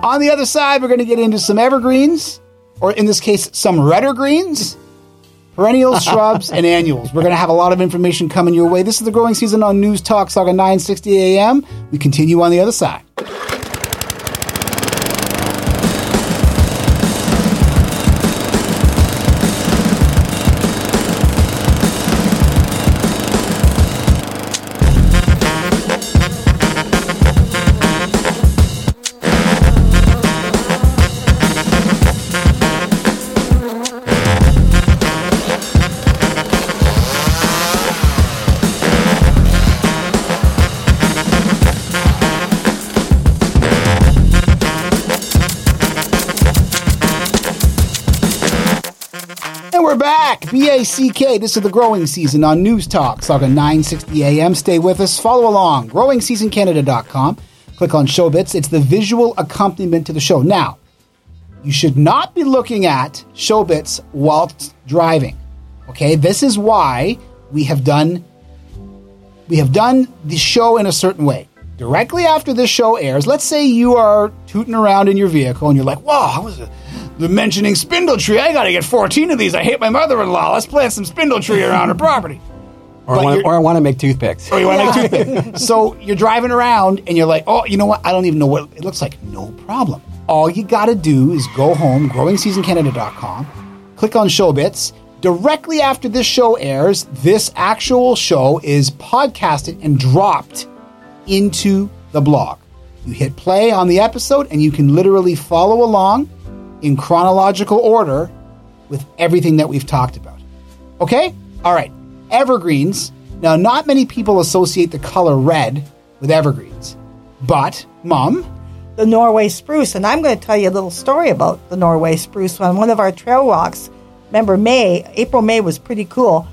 Speaker 1: On the other side, we're going to get into some evergreens, or in this case, some redder greens, perennials, shrubs, and annuals. We're going to have a lot of information coming your way. This is the growing season on News Talk Saga 960 AM. We continue on the other side. And we're back. BACK. This is the growing season on News Talk, Saga 960 AM. Stay with us. Follow along. GrowingSeasonCanada.com. Click on Show Bits. It's the visual accompaniment to the show. Now, you should not be looking at show bits whilst driving. Okay, this is why we have done we have done the show in a certain way. Directly after this show airs, let's say you are tooting around in your vehicle and you're like, "Wow, I was a, the mentioning spindle tree. I got to get 14 of these. I hate my mother-in-law. Let's plant some spindle tree around her property."
Speaker 2: or,
Speaker 1: but
Speaker 2: I wanna,
Speaker 1: you're-
Speaker 2: or I want to make toothpicks.
Speaker 1: or you want to make toothpick. So you're driving around and you're like, oh, you know what? I don't even know what it looks like. No problem. All you got to do is go home, growingseasoncanada.com, click on show bits. Directly after this show airs, this actual show is podcasted and dropped into the blog. You hit play on the episode and you can literally follow along in chronological order with everything that we've talked about. Okay? All right. Evergreens. Now, not many people associate the color red with evergreens, but, Mom,
Speaker 3: the Norway spruce. And I'm going to tell you a little story about the Norway spruce on one of our trail walks. Remember, May, April, May was pretty cool.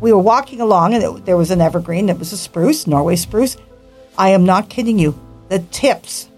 Speaker 3: We were walking along and it, there was an evergreen. It was a spruce, Norway spruce. I am not kidding you. The tips,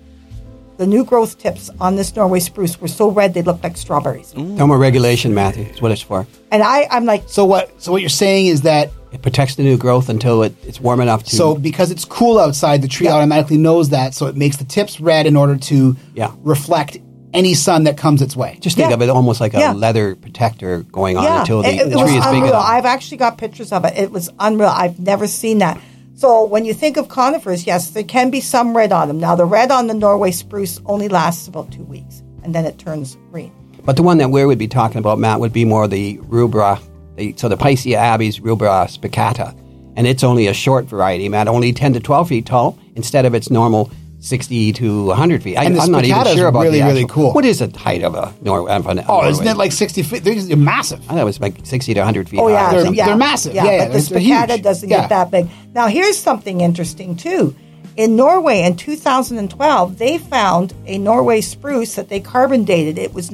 Speaker 3: the new growth tips on this Norway spruce were so red they looked like strawberries.
Speaker 2: Mm. Thermoregulation, Matthew, is what it's for.
Speaker 3: And I, I'm like,
Speaker 1: so what? So what you're saying is that
Speaker 2: It protects the new growth until it, it's warm enough to.
Speaker 1: so because it's cool outside, the tree automatically knows that, so it makes the tips red in order to
Speaker 2: Yeah.
Speaker 1: reflect any sun that comes its way.
Speaker 2: just think
Speaker 3: Yeah.
Speaker 2: of it almost like a
Speaker 3: Yeah.
Speaker 2: leather protector going on
Speaker 3: yeah,
Speaker 2: until the,
Speaker 3: it, it
Speaker 2: the
Speaker 3: was
Speaker 2: tree is big
Speaker 3: unreal.
Speaker 2: enough.
Speaker 3: I've actually got pictures of it. It was unreal. I've never seen that. So when you think of conifers, yes, there can be some red on them. Now the red on the Norway spruce only lasts about two weeks, and then it turns green.
Speaker 2: But the one that we would be talking about, Matt, would be more the rubra. The, so the Picea abies rubra spicata, and it's only a short variety, Matt, only ten to twelve feet tall instead of its normal sixty to hundred feet. I,
Speaker 1: And the
Speaker 2: I'm not even
Speaker 1: spicata is
Speaker 2: sure about
Speaker 1: really,
Speaker 2: the
Speaker 1: really
Speaker 2: actual-
Speaker 1: cool.
Speaker 2: What is the height of a Nor? Of an,
Speaker 1: Oh, isn't it like 60 feet? They're they're massive.
Speaker 2: I thought it was like sixty to hundred feet.
Speaker 3: Oh yeah,
Speaker 2: high or
Speaker 1: They're-
Speaker 2: something.
Speaker 3: yeah.
Speaker 1: they're massive.
Speaker 3: Yeah,
Speaker 1: Yeah, yeah,
Speaker 3: but the
Speaker 1: they're- they're huge.
Speaker 3: spicata doesn't
Speaker 1: Yeah.
Speaker 3: get that big. Now here's something interesting too. In Norway in 2012, they found a Norway spruce that they carbon dated. It was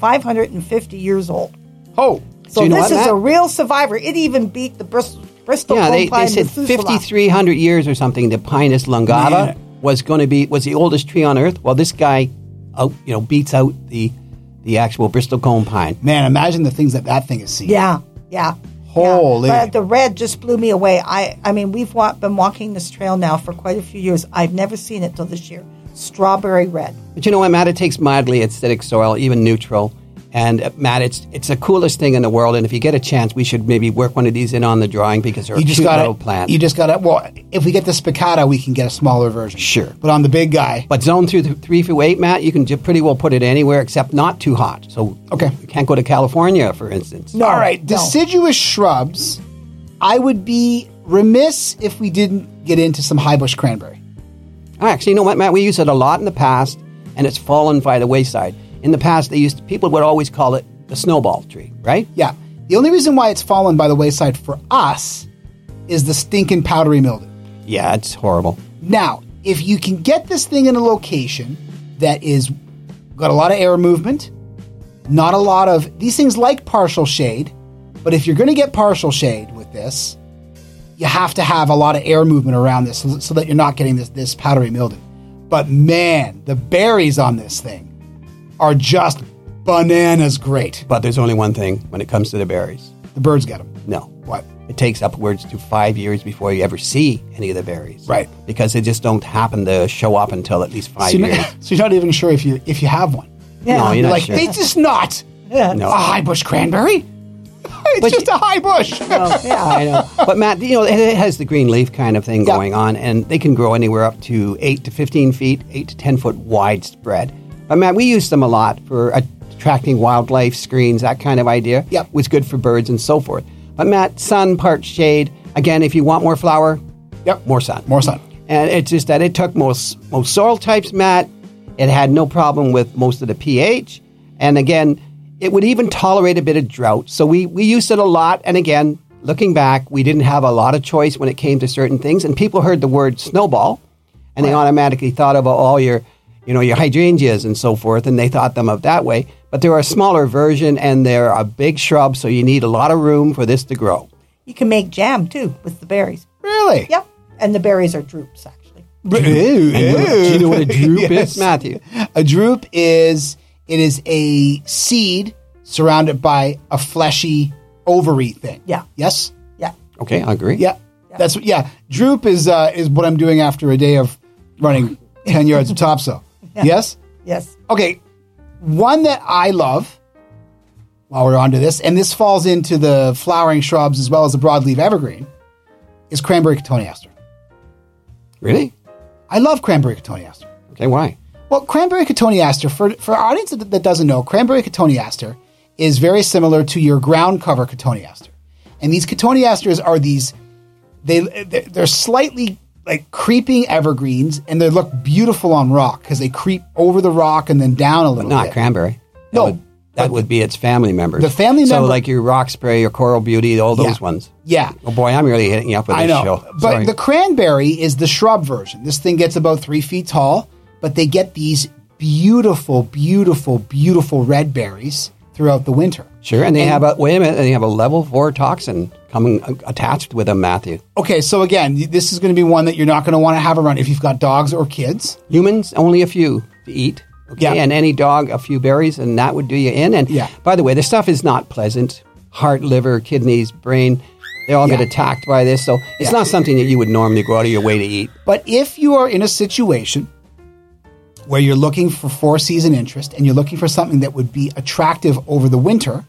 Speaker 3: 9,550 years old.
Speaker 1: Oh,
Speaker 3: So
Speaker 2: Do you know
Speaker 3: this
Speaker 2: what,
Speaker 3: is
Speaker 2: Matt?
Speaker 3: a real survivor. It even beat the Bristol Bristol
Speaker 2: yeah, they, they
Speaker 3: Pine
Speaker 2: said
Speaker 3: Methuselah.
Speaker 2: 5,300 years or something. The Pinus lungata
Speaker 1: Man.
Speaker 2: was going to be was the oldest tree on Earth. Well, this guy, out you know, beats out the the actual Bristol cone pine.
Speaker 1: man, imagine the things that that thing has seen.
Speaker 3: Yeah, yeah.
Speaker 1: Holy.
Speaker 3: Yeah. But the red just blew me away. I, I mean, we've wa- been walking this trail now for quite a few years. I've never seen it till this year. Strawberry red.
Speaker 2: But you know what, Matt? It takes mildly acidic soil, even neutral. And uh, Matt, it's it's the coolest thing in the world. And if you get a chance, we should maybe work one of these in on the drawing because they're
Speaker 1: You
Speaker 2: a
Speaker 1: just
Speaker 2: cute
Speaker 1: got
Speaker 2: little
Speaker 1: to.
Speaker 2: plant.
Speaker 1: You just got to. Well, if we get the spicata, we can get a smaller version.
Speaker 2: Sure.
Speaker 1: But on the big guy,
Speaker 2: But zone through th- three through eight, Matt, you can ju- pretty well put it anywhere except not too hot. So
Speaker 1: Okay.
Speaker 2: you can't go to California, for instance.
Speaker 3: No.
Speaker 1: All right,
Speaker 3: no.
Speaker 1: deciduous shrubs. I would be remiss if we didn't get into some high bush cranberry.
Speaker 2: Actually, you know what, Matt? We used it a lot in the past, and it's fallen by the wayside. In the past, they used people would always call it the snowball tree, right?
Speaker 1: Yeah. The only reason why it's fallen by the wayside for us is the stinking powdery mildew.
Speaker 2: Yeah, it's horrible.
Speaker 1: Now, if you can get this thing in a location that is got a lot of air movement, not a lot of these things like partial shade, but if you're going to get partial shade with this, you have to have a lot of air movement around this so, so that you're not getting this, this powdery mildew. But man, the berries on this thing are just bananas great.
Speaker 2: But there's only one thing when it comes to the berries.
Speaker 1: The birds get them.
Speaker 2: No.
Speaker 1: What?
Speaker 2: It takes upwards to five years before you ever see any of the berries.
Speaker 1: Right.
Speaker 2: Because they just don't happen to show up until at least five
Speaker 1: So you're,
Speaker 2: years.
Speaker 1: not, so you're not even sure if you if you have one.
Speaker 3: Yeah.
Speaker 2: No, you're
Speaker 1: You're
Speaker 2: not
Speaker 1: like,
Speaker 2: sure.
Speaker 1: it's just not
Speaker 3: Yeah.
Speaker 2: No.
Speaker 1: a high bush cranberry. It's
Speaker 2: But
Speaker 1: just
Speaker 2: you-
Speaker 1: a high bush.
Speaker 2: I know. But Matt, you know, it- it has the green leaf kind of thing
Speaker 1: Yeah.
Speaker 2: going on, and they can grow anywhere up to eight to fifteen feet, eight to ten foot widespread. But Matt, we use them a lot for attracting wildlife screens, that kind of idea.
Speaker 1: Yep.
Speaker 2: was good for birds and so forth. But Matt, sun, part shade. Again, if you want more flower,
Speaker 1: Yep.
Speaker 2: more sun.
Speaker 1: More sun.
Speaker 2: And it's just that it took most most soil types, Matt. It had no problem with most of the pH. And again, it would even tolerate a bit of drought. So we, we used it a lot. And again, looking back, we didn't have a lot of choice when it came to certain things. And people heard the word snowball and they automatically thought of oh, all your you know your hydrangeas and so forth and they thought them of that way. But they're a smaller version and they're a big shrub, so you need a lot of room for this to grow.
Speaker 3: You can make jam too with the berries.
Speaker 1: Really?
Speaker 3: Yep. And the berries are droops, actually.
Speaker 1: Ew,
Speaker 2: Do you know what a droop
Speaker 1: Yes.
Speaker 2: is, Matthew?
Speaker 1: A droop is it is a seed surrounded by a fleshy ovary thing.
Speaker 3: Yeah.
Speaker 1: Yes.
Speaker 3: Yeah.
Speaker 2: Okay, I agree.
Speaker 1: Yeah. That's what, yeah. Droop is uh, is what I'm doing after a day of running ten yards of topsoil. Yes.
Speaker 3: Yes.
Speaker 1: Okay. One that I love. While we're onto this, and this falls into the flowering shrubs as well as the broadleaf evergreen, is cranberry cotoneaster.
Speaker 2: Really?
Speaker 1: I love cranberry cotoneaster.
Speaker 2: Okay, why?
Speaker 1: Well, cranberry cotoneaster, for, for our audience that, that doesn't know, cranberry cotoneaster is very similar to your ground cover cotoneaster. And these cotoneasters are these, they, they're they're slightly like creeping evergreens and they look beautiful on rock because they creep over the rock and then down a little
Speaker 2: Not
Speaker 1: bit.
Speaker 2: cranberry. That
Speaker 1: No,
Speaker 2: would, that would be its family members.
Speaker 1: the family
Speaker 2: so
Speaker 1: member-
Speaker 2: like your rock spray, your coral beauty, all those
Speaker 1: Yeah.
Speaker 2: ones.
Speaker 1: Yeah.
Speaker 2: Oh boy, I'm really hitting you up with
Speaker 1: I
Speaker 2: this
Speaker 1: know.
Speaker 2: show.
Speaker 1: But
Speaker 2: Sorry.
Speaker 1: the cranberry is the shrub version. This thing gets about three feet tall, but they get these beautiful, beautiful, beautiful red berries throughout the winter.
Speaker 2: sure, and they have a wait a minute, and they have a level four toxin coming uh, attached with them, Matthew.
Speaker 1: Okay, so again, y- this is going to be one that you're not going to want to have around if you've got dogs or kids.
Speaker 2: Humans only a few to eat. Okay,
Speaker 1: Yeah.
Speaker 2: and any dog a few berries, and that would do you in. And
Speaker 1: Yeah.
Speaker 2: by the way, the stuff is not pleasant. Heart, liver, kidneys, brain, they all
Speaker 1: Yeah.
Speaker 2: get attacked by this. So it's
Speaker 1: Yeah.
Speaker 2: not something that you would normally go out of your way to eat.
Speaker 1: But if you are in a situation where you're looking for four season interest and you're looking for something that would be attractive over the winter,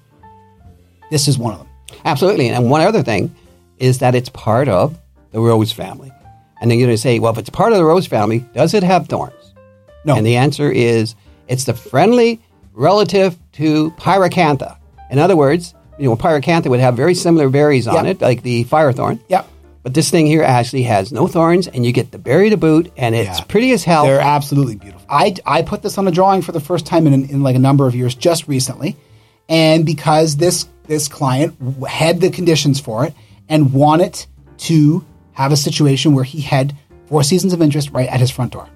Speaker 1: this is one of them.
Speaker 2: Absolutely. And one other thing is that it's part of the rose family. And then you're going to say, well, if it's part of the rose family, does it have thorns?
Speaker 1: No.
Speaker 2: And the answer is it's the friendly relative to pyracantha. In other words, you know, pyracantha would have very similar berries on
Speaker 1: Yeah.
Speaker 2: it, like the fire thorn.
Speaker 1: Yeah.
Speaker 2: But this thing here actually has no thorns, and you get the berry to boot, and it's
Speaker 1: Yeah.
Speaker 2: pretty as hell.
Speaker 1: They're absolutely beautiful. I, I put this on a drawing for the first time in, in like a number of years, just recently, and because this this client w- had the conditions for it and wanted to have a situation where he had four seasons of interest right at his front door.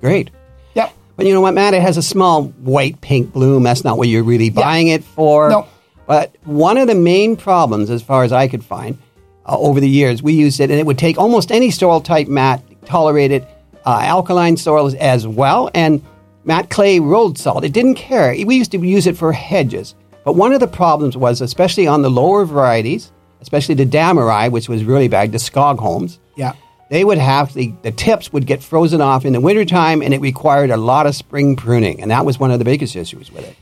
Speaker 2: Great.
Speaker 1: Yep.
Speaker 2: But you know what, Matt? It has a small white pink bloom. That's not what you're really buying it for.
Speaker 1: No.
Speaker 2: But one of the main problems, as far as I could find, uh, over the years, we used it, and it would take almost any soil type, Matt, tolerate it, uh, alkaline soils as well, and Matt clay road salt. It didn't care. We used to use it for hedges. But one of the problems was, especially on the lower varieties, especially the Damarai, which was really bad, the Skogholms
Speaker 1: Yeah.
Speaker 2: they would have the, the tips would get frozen off in the wintertime and it required a lot of spring pruning and that was one of the biggest issues with it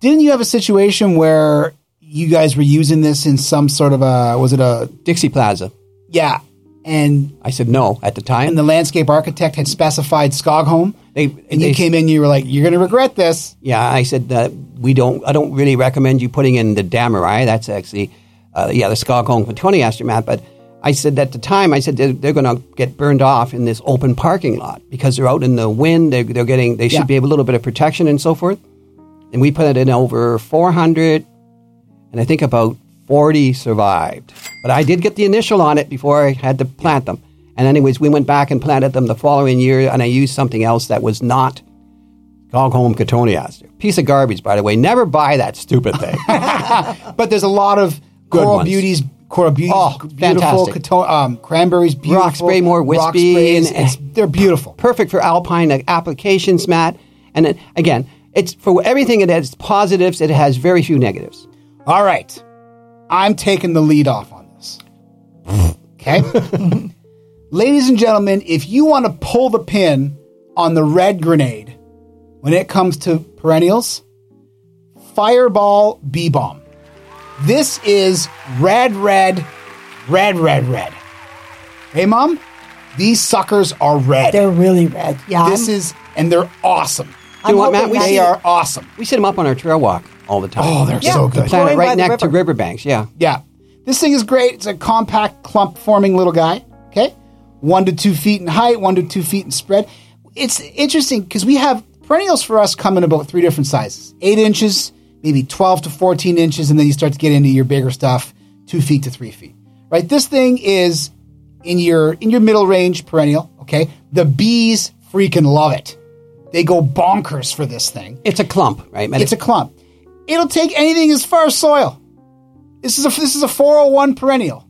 Speaker 1: Didn't you have a situation where you guys were using this in some sort of a was it a
Speaker 2: dixie plaza
Speaker 1: yeah and
Speaker 2: i said no at the time
Speaker 1: and the landscape architect had specified Skogholm
Speaker 2: They-
Speaker 1: and you
Speaker 2: they-
Speaker 1: came in you were like you're going to regret this
Speaker 2: yeah i said uh, we don't i don't really recommend you putting in the damarai that's actually uh, yeah the skogholm for 20 astromat but i said at the time i said they're, they're going to get burned off in this open parking lot because they're out in the wind they're, they're getting they should
Speaker 1: Yeah.
Speaker 2: be able a little bit of protection and so forth and we put it in over 400 and I think about 40 survived. But I did get the initial on it before I had to plant them. And anyways, we went back and planted them the following year, and I used something else that was not Gogholm cotoneaster. Piece of garbage, by the way. Never buy that stupid thing.
Speaker 1: but there's a lot of
Speaker 2: Good
Speaker 1: coral
Speaker 2: ones.
Speaker 1: beauties Cora Beauty's
Speaker 2: Oh,
Speaker 1: beautiful.
Speaker 2: fantastic.
Speaker 1: Cato- um, Cranberry's beautiful.
Speaker 2: Roxbury more wispy
Speaker 1: Roxbury's,
Speaker 2: and-
Speaker 1: it's, they're beautiful.
Speaker 2: perfect for alpine uh, applications, Matt. And it, again, it's for everything it has positives, it has very few negatives.
Speaker 1: All right. I'm taking the lead off on this. Okay? Ladies and gentlemen, if you want to pull the pin on the red grenade when it comes to perennials, Fireball B Bomb. This is red, red, red, red, red. Hey, Mom? These suckers are red.
Speaker 3: They're really red. Yeah.
Speaker 1: this is, and they're awesome.
Speaker 3: I'm
Speaker 2: You know what,
Speaker 3: hoping
Speaker 2: Matt? We
Speaker 3: that-
Speaker 1: They are awesome.
Speaker 2: We set them up on our trail walk all the time.
Speaker 1: Oh, they're
Speaker 3: Yeah.
Speaker 1: so good.
Speaker 2: Plant it
Speaker 3: Going by
Speaker 2: right
Speaker 3: the
Speaker 2: next to
Speaker 3: river.
Speaker 2: riverbanks. Yeah.
Speaker 1: Yeah. This thing is great. It's a compact, clump forming little guy. Okay. One to two feet in height, one to two feet in spread. It's interesting because we have perennials for us come in about three different sizes eight inches, maybe 12 to 14 inches, and then you start to get into your bigger stuff, two feet to three feet. Right? This thing is in your in your middle range perennial. Okay. The bees freaking love it. They go bonkers for this thing.
Speaker 2: It's a clump, right? Matt?
Speaker 1: It's a clump. It'll take anything as far as soil. This is a this is a 401 perennial.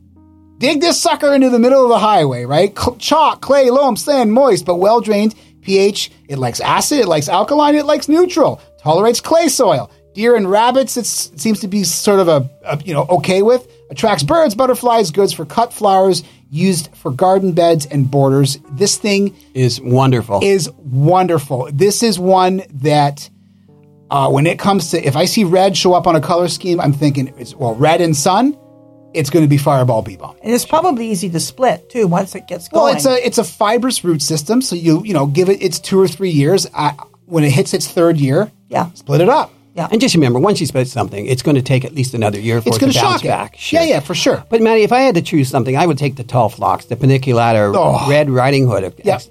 Speaker 1: Dig this sucker into the middle of the highway, right? Cl- chalk, clay, loam, sand, moist, but well drained. pH. It likes acid. It likes alkaline. It likes neutral. Tolerates clay soil. Deer and rabbits. It's, it seems to be sort of a, a you know okay with. Attracts birds, butterflies. Goods for cut flowers. Used for garden beds and borders. This thing
Speaker 2: is wonderful.
Speaker 1: is wonderful. This is one that, uh, when it comes to, if I see red show up on a color scheme, I'm thinking, it's, well, red and sun, it's going to be Fireball B Bomb.
Speaker 3: and it's probably easy to split too once it gets going.
Speaker 1: Well, it's a it's a fibrous root system, so you you know give it its two or three years. I, when it hits its third year,
Speaker 3: Yeah.
Speaker 1: split it up.
Speaker 3: yeah.
Speaker 2: and just remember, once you split something, it's going to take at least another year for
Speaker 1: It's
Speaker 2: it to
Speaker 1: going to
Speaker 2: bounce
Speaker 1: shock
Speaker 2: back.
Speaker 1: it. Yeah, yeah, for sure.
Speaker 2: But Matty, if I had to choose something, I would take the tall phlox, the paniculata,
Speaker 1: Oh.
Speaker 2: Red Riding Hood.
Speaker 1: Yep.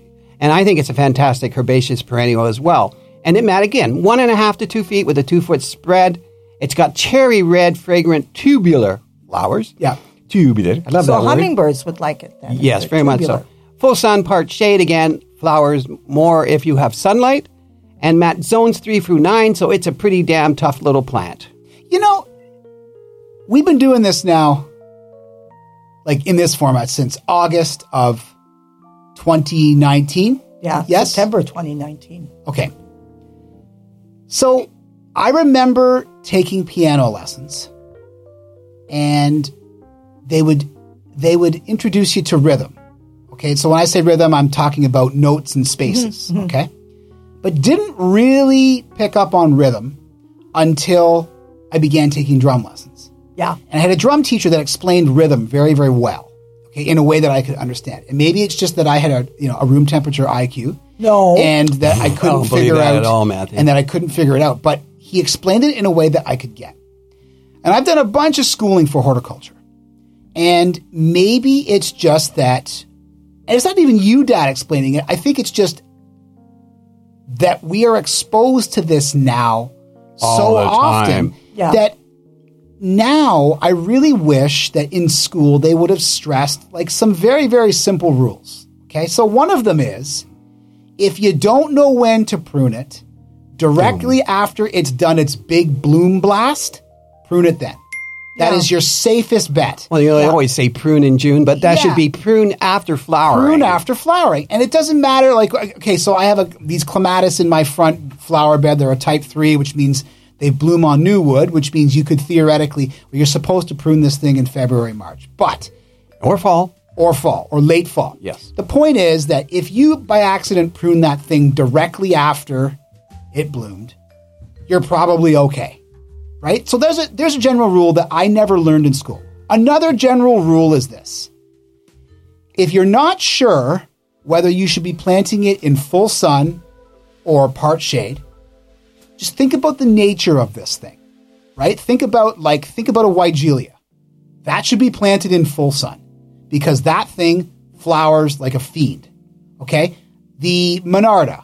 Speaker 2: And I think it's a fantastic herbaceous perennial as well. And it, Matt, again, one and a half to two feet with a two foot spread. It's got cherry red, fragrant, tubular flowers.
Speaker 1: Yeah.
Speaker 2: Tubular. I love
Speaker 3: so
Speaker 2: that word.
Speaker 3: hummingbirds would like it then. if
Speaker 2: Yes,
Speaker 3: they're
Speaker 2: very much
Speaker 3: tubular.
Speaker 2: so. Full sun, part shade again. Flowers more if you have sunlight. And Matt, zones three through nine, so it's a pretty damn tough little plant.
Speaker 1: You know, we've been doing this now, like in this format since August of 2019.
Speaker 3: Yeah.
Speaker 1: Yes.
Speaker 3: September 2019.
Speaker 1: Okay. So I remember taking piano lessons and they would they would introduce you to rhythm. Okay, so when I say rhythm, I'm talking about notes and spaces. Okay. But didn't really pick up on rhythm until I began taking drum lessons.
Speaker 3: Yeah.
Speaker 1: And I had a drum teacher that explained rhythm very, very well. Okay, in a way that I could understand. And maybe it's just that I had a you know a room temperature IQ
Speaker 3: No.
Speaker 1: and that I couldn't
Speaker 2: don't believe
Speaker 1: figure
Speaker 2: that
Speaker 1: out
Speaker 2: at all, Matthew.
Speaker 1: and that I couldn't figure it out. But he explained it in a way that I could get. And I've done a bunch of schooling for horticulture, and maybe it's just that, and it's not even you, Dad, explaining it. I think it's just that we are exposed to this now so
Speaker 2: All the
Speaker 1: often
Speaker 2: time.
Speaker 3: Yeah.
Speaker 1: that now I really wish that in school they would have stressed like some very, very simple rules. Okay. So one of them is if you don't know when to prune it, directly after it's done its big bloom blast, prune it then. That is
Speaker 3: Yeah.
Speaker 1: your safest bet.
Speaker 2: Well, you know, they always say prune in June, but that
Speaker 1: Yeah.
Speaker 2: should be prune after flowering.
Speaker 1: prune after flowering. And it doesn't matter. Like, okay, so I have a, these clematis in my front flower bed. They're a type three, which means they bloom on new wood, which means you could theoretically, well, you're supposed to prune this thing in February, March, but
Speaker 2: or fall.
Speaker 1: or fall or late fall.
Speaker 2: Yes.
Speaker 1: The point is that if you by accident prune that thing directly after it bloomed, you're probably okay. Right? So there's a there's a general rule that I never learned in school. Another general rule is this. If you're not sure whether you should be planting it in full sun or part shade, just think about the nature of this thing. Right? Think about like think about a Wygelia. That should be planted in full sun because that thing flowers like a fiend. Okay? The Monarda,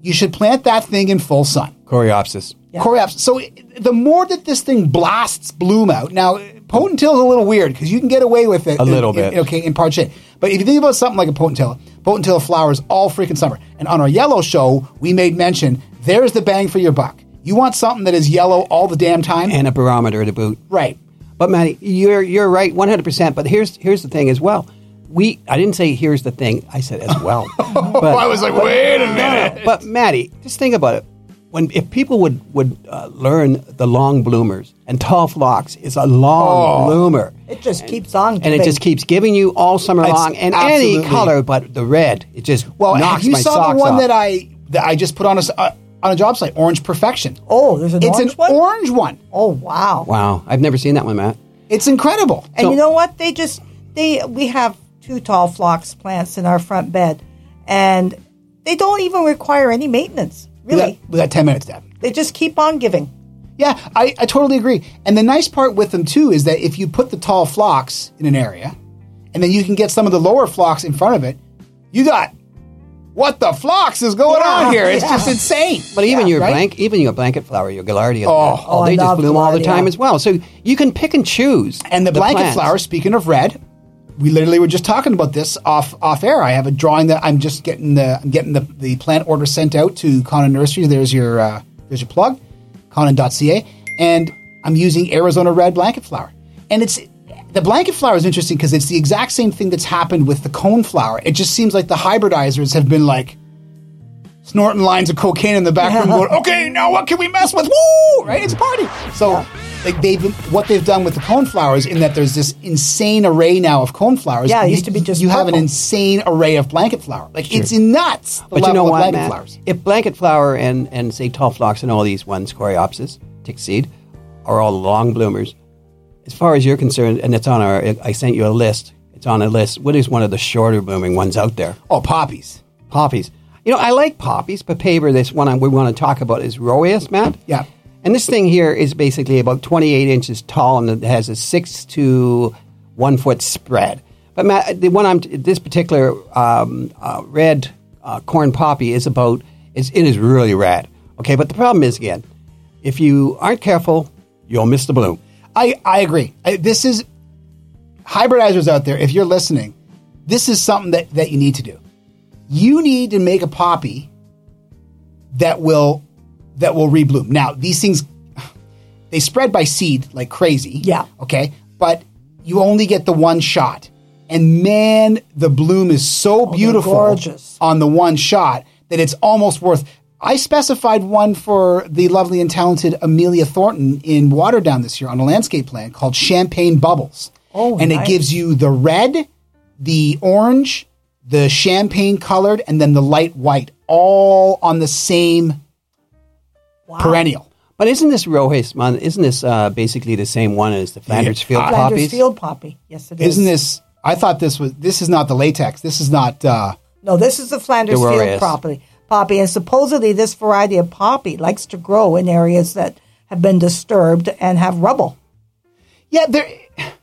Speaker 1: you should plant that thing in full sun.
Speaker 2: Coreopsis.
Speaker 1: Coreops. So i- the more that this thing blasts bloom out, now potentill's a little weird because you can get away with it
Speaker 2: A little
Speaker 1: in-
Speaker 2: bit.
Speaker 1: in- okay, in part shade. But if you think about something like a potentilla, potentilla flowers all freaking summer. And on our yellow show, we made mention there's the bang for your buck. You want something that is yellow all the damn time,
Speaker 2: And a barometer to boot.
Speaker 1: right?
Speaker 2: But Maddie, you're you're right, one hundred percent. But here's here's the thing as well. We I didn't say here's the thing. I said as well. But,
Speaker 1: Oh, I was like, wait a minute.
Speaker 2: but Maddie, just think about it. When if people would would uh, learn the long bloomers and tall flocks is a long
Speaker 1: Oh.
Speaker 2: bloomer,
Speaker 3: It just keeps on
Speaker 2: and it just keeps giving you all summer
Speaker 1: It's
Speaker 2: long and any
Speaker 1: absolutely-
Speaker 2: color but the red. It just
Speaker 1: Well, have
Speaker 2: knocks
Speaker 1: you
Speaker 2: my
Speaker 1: saw
Speaker 2: socks
Speaker 1: the one
Speaker 2: off.
Speaker 1: that I that I just put on a s- uh, on a job site, Orange Perfection.
Speaker 3: Oh, there's an
Speaker 1: it's
Speaker 3: orange
Speaker 1: an
Speaker 3: one?
Speaker 1: orange one.
Speaker 3: Oh wow.
Speaker 2: Wow, I've never seen that one, Matt.
Speaker 1: It's incredible.
Speaker 3: And
Speaker 2: So-
Speaker 3: you know what? They just they we have two tall phlox plants in our front bed, and they don't even require any maintenance.
Speaker 1: With
Speaker 3: Really,
Speaker 1: that, with that ten minutes, Deb.
Speaker 3: they just keep on giving.
Speaker 1: Yeah, I, I totally agree. And the nice part with them too is that if you put the tall flocks in an area, and then you can get some of the lower flocks in front of it, you got what the flocks is going
Speaker 3: Yeah,
Speaker 1: on here. It's
Speaker 3: yeah.
Speaker 1: just insane.
Speaker 2: But even your
Speaker 1: right?
Speaker 2: blank, even your blanket flower, your gaillardia,
Speaker 1: Oh.
Speaker 2: oh, they
Speaker 3: Oh, I
Speaker 2: just
Speaker 3: love
Speaker 2: bloom all the
Speaker 3: Gaillardia.
Speaker 2: time as well. So you can pick and choose.
Speaker 1: And the blanket
Speaker 2: plants.
Speaker 1: flower. Speaking of red, we literally were just talking about this off off air. I have a drawing that I'm just getting the I'm getting the, the plant order sent out to Conan Nurseries. There's your uh, there's your plug, Conan.ca, and I'm using Arizona red blanket flower. And it's the blanket flower is interesting because it's the exact same thing that's happened with the cone flower. It just seems like the hybridizers have been like snorting lines of cocaine in the back room, going, "Okay, now what can we mess with? Woo! Right? It's a party." So, like they've been, what they've done with the cone flowers in that there's this insane array now of cone flowers.
Speaker 3: Yeah, it
Speaker 1: You-
Speaker 3: used to be just
Speaker 1: you have an
Speaker 3: purple.
Speaker 1: insane array of blanket flower. Like it's nuts. The
Speaker 2: But you
Speaker 1: level
Speaker 2: know
Speaker 1: of
Speaker 2: what,
Speaker 1: blanket
Speaker 2: Matt?
Speaker 1: flowers.
Speaker 2: If blanket flower and, and say tall phlox and all these ones, coreopsis, tick seed, are all long bloomers, as far as you're concerned, and it's on our, I sent you a list. It's on a list. What is one of the shorter blooming ones out there?
Speaker 1: Oh, poppies.
Speaker 2: Poppies. You know, I like poppies, but paper, this one I, we want to talk about is Roeus, Matt.
Speaker 1: Yeah.
Speaker 2: And this thing here is basically about 28 inches tall and it has a six to one foot spread. But Matt, the one I'm, this particular um, uh, red uh, corn poppy is about, is, it is really red. Okay, but the problem is again, if you aren't careful, you'll miss the bloom.
Speaker 1: I I agree. I, this is hybridizers out there. If you're listening, this is something that that you need to do. You need to make a poppy that will that will rebloom. Now these things they spread by seed like crazy.
Speaker 3: Yeah.
Speaker 1: Okay. But you only get the one shot, and man, the bloom is so beautiful,
Speaker 3: Oh, gorgeous.
Speaker 1: on the one shot that it's almost worth. I specified one for the lovely and talented Amelia Thornton in Waterdown this year on a landscape plan called Champagne Bubbles.
Speaker 3: Oh,
Speaker 1: and it
Speaker 3: nice.
Speaker 1: gives you the red, the orange, the champagne colored, and then the light white, all on the same
Speaker 3: Wow.
Speaker 1: perennial.
Speaker 2: But isn't this Roeus, man, isn't this uh, basically the same one as the Flanders Field
Speaker 1: I-
Speaker 3: Flanders
Speaker 2: poppies?
Speaker 3: field poppy. Yes, it
Speaker 1: Isn't
Speaker 3: is.
Speaker 1: this? I thought this was. This is not the latex. This is not. Uh,
Speaker 3: No, this is the Flanders
Speaker 2: There
Speaker 3: field
Speaker 2: is.
Speaker 3: poppy. Poppy, and supposedly this variety of poppy likes to grow in areas that have been disturbed and have rubble.
Speaker 1: yeah, there.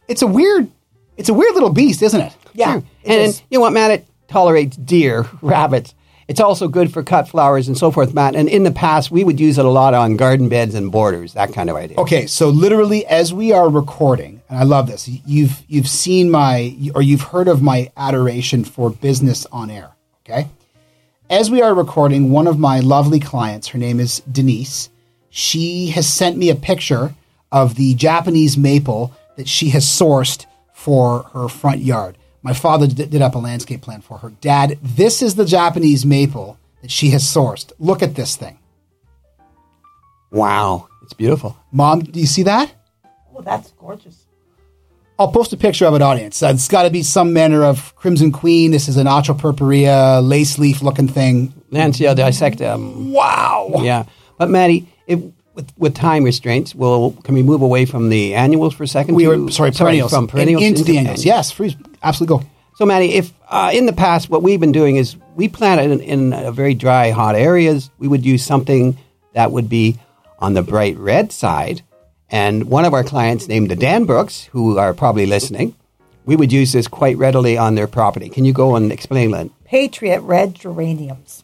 Speaker 1: It's a weird. It's a weird little beast, isn't it?
Speaker 3: Yeah,
Speaker 2: Sure.
Speaker 3: it
Speaker 2: Hmm, and
Speaker 3: is.
Speaker 2: you know what, Matt? It tolerates deer, rabbits. It's also good for cut flowers and so forth, Matt. And in the past, we would use it a lot on garden beds and borders, that kind of idea.
Speaker 1: Okay, so literally as we are recording, and I love this. y- You've you've seen my or you've heard of my adoration for business on air. Okay, as we are recording, one of my lovely clients, her name is Denise. She has sent me a picture of the Japanese maple that she has sourced for her front yard. My father d- did up a landscape plan for her. Dad, this is the Japanese maple that she has sourced. Look at this thing,
Speaker 2: Wow, it's beautiful.
Speaker 1: Mom. Do you see that?
Speaker 3: Oh, that's gorgeous.
Speaker 1: I'll post a picture of an audience. Uh, It's got to be some manner of Crimson Queen. This is an Nacho Purpurea lace leaf looking thing.
Speaker 2: Lancia dissecta. um,
Speaker 1: Wow.
Speaker 2: yeah, but Maddie, if, with, with time restraints, will can we move away from the annuals for a second?
Speaker 1: We
Speaker 2: to-
Speaker 1: were, sorry, perennials.
Speaker 2: from perennials
Speaker 1: In- into, the annuals. Yes, freeze. Absolutely go.
Speaker 2: So, Maddie, if uh, in the past what we've been doing is we planted in, in uh, very dry, hot areas, we would use something that would be on the bright red side. And one of our clients, named the Dan Brooks, who are probably listening, we would use this quite readily on their property. Can you go and explain, Lynn?
Speaker 3: Patriot red geraniums.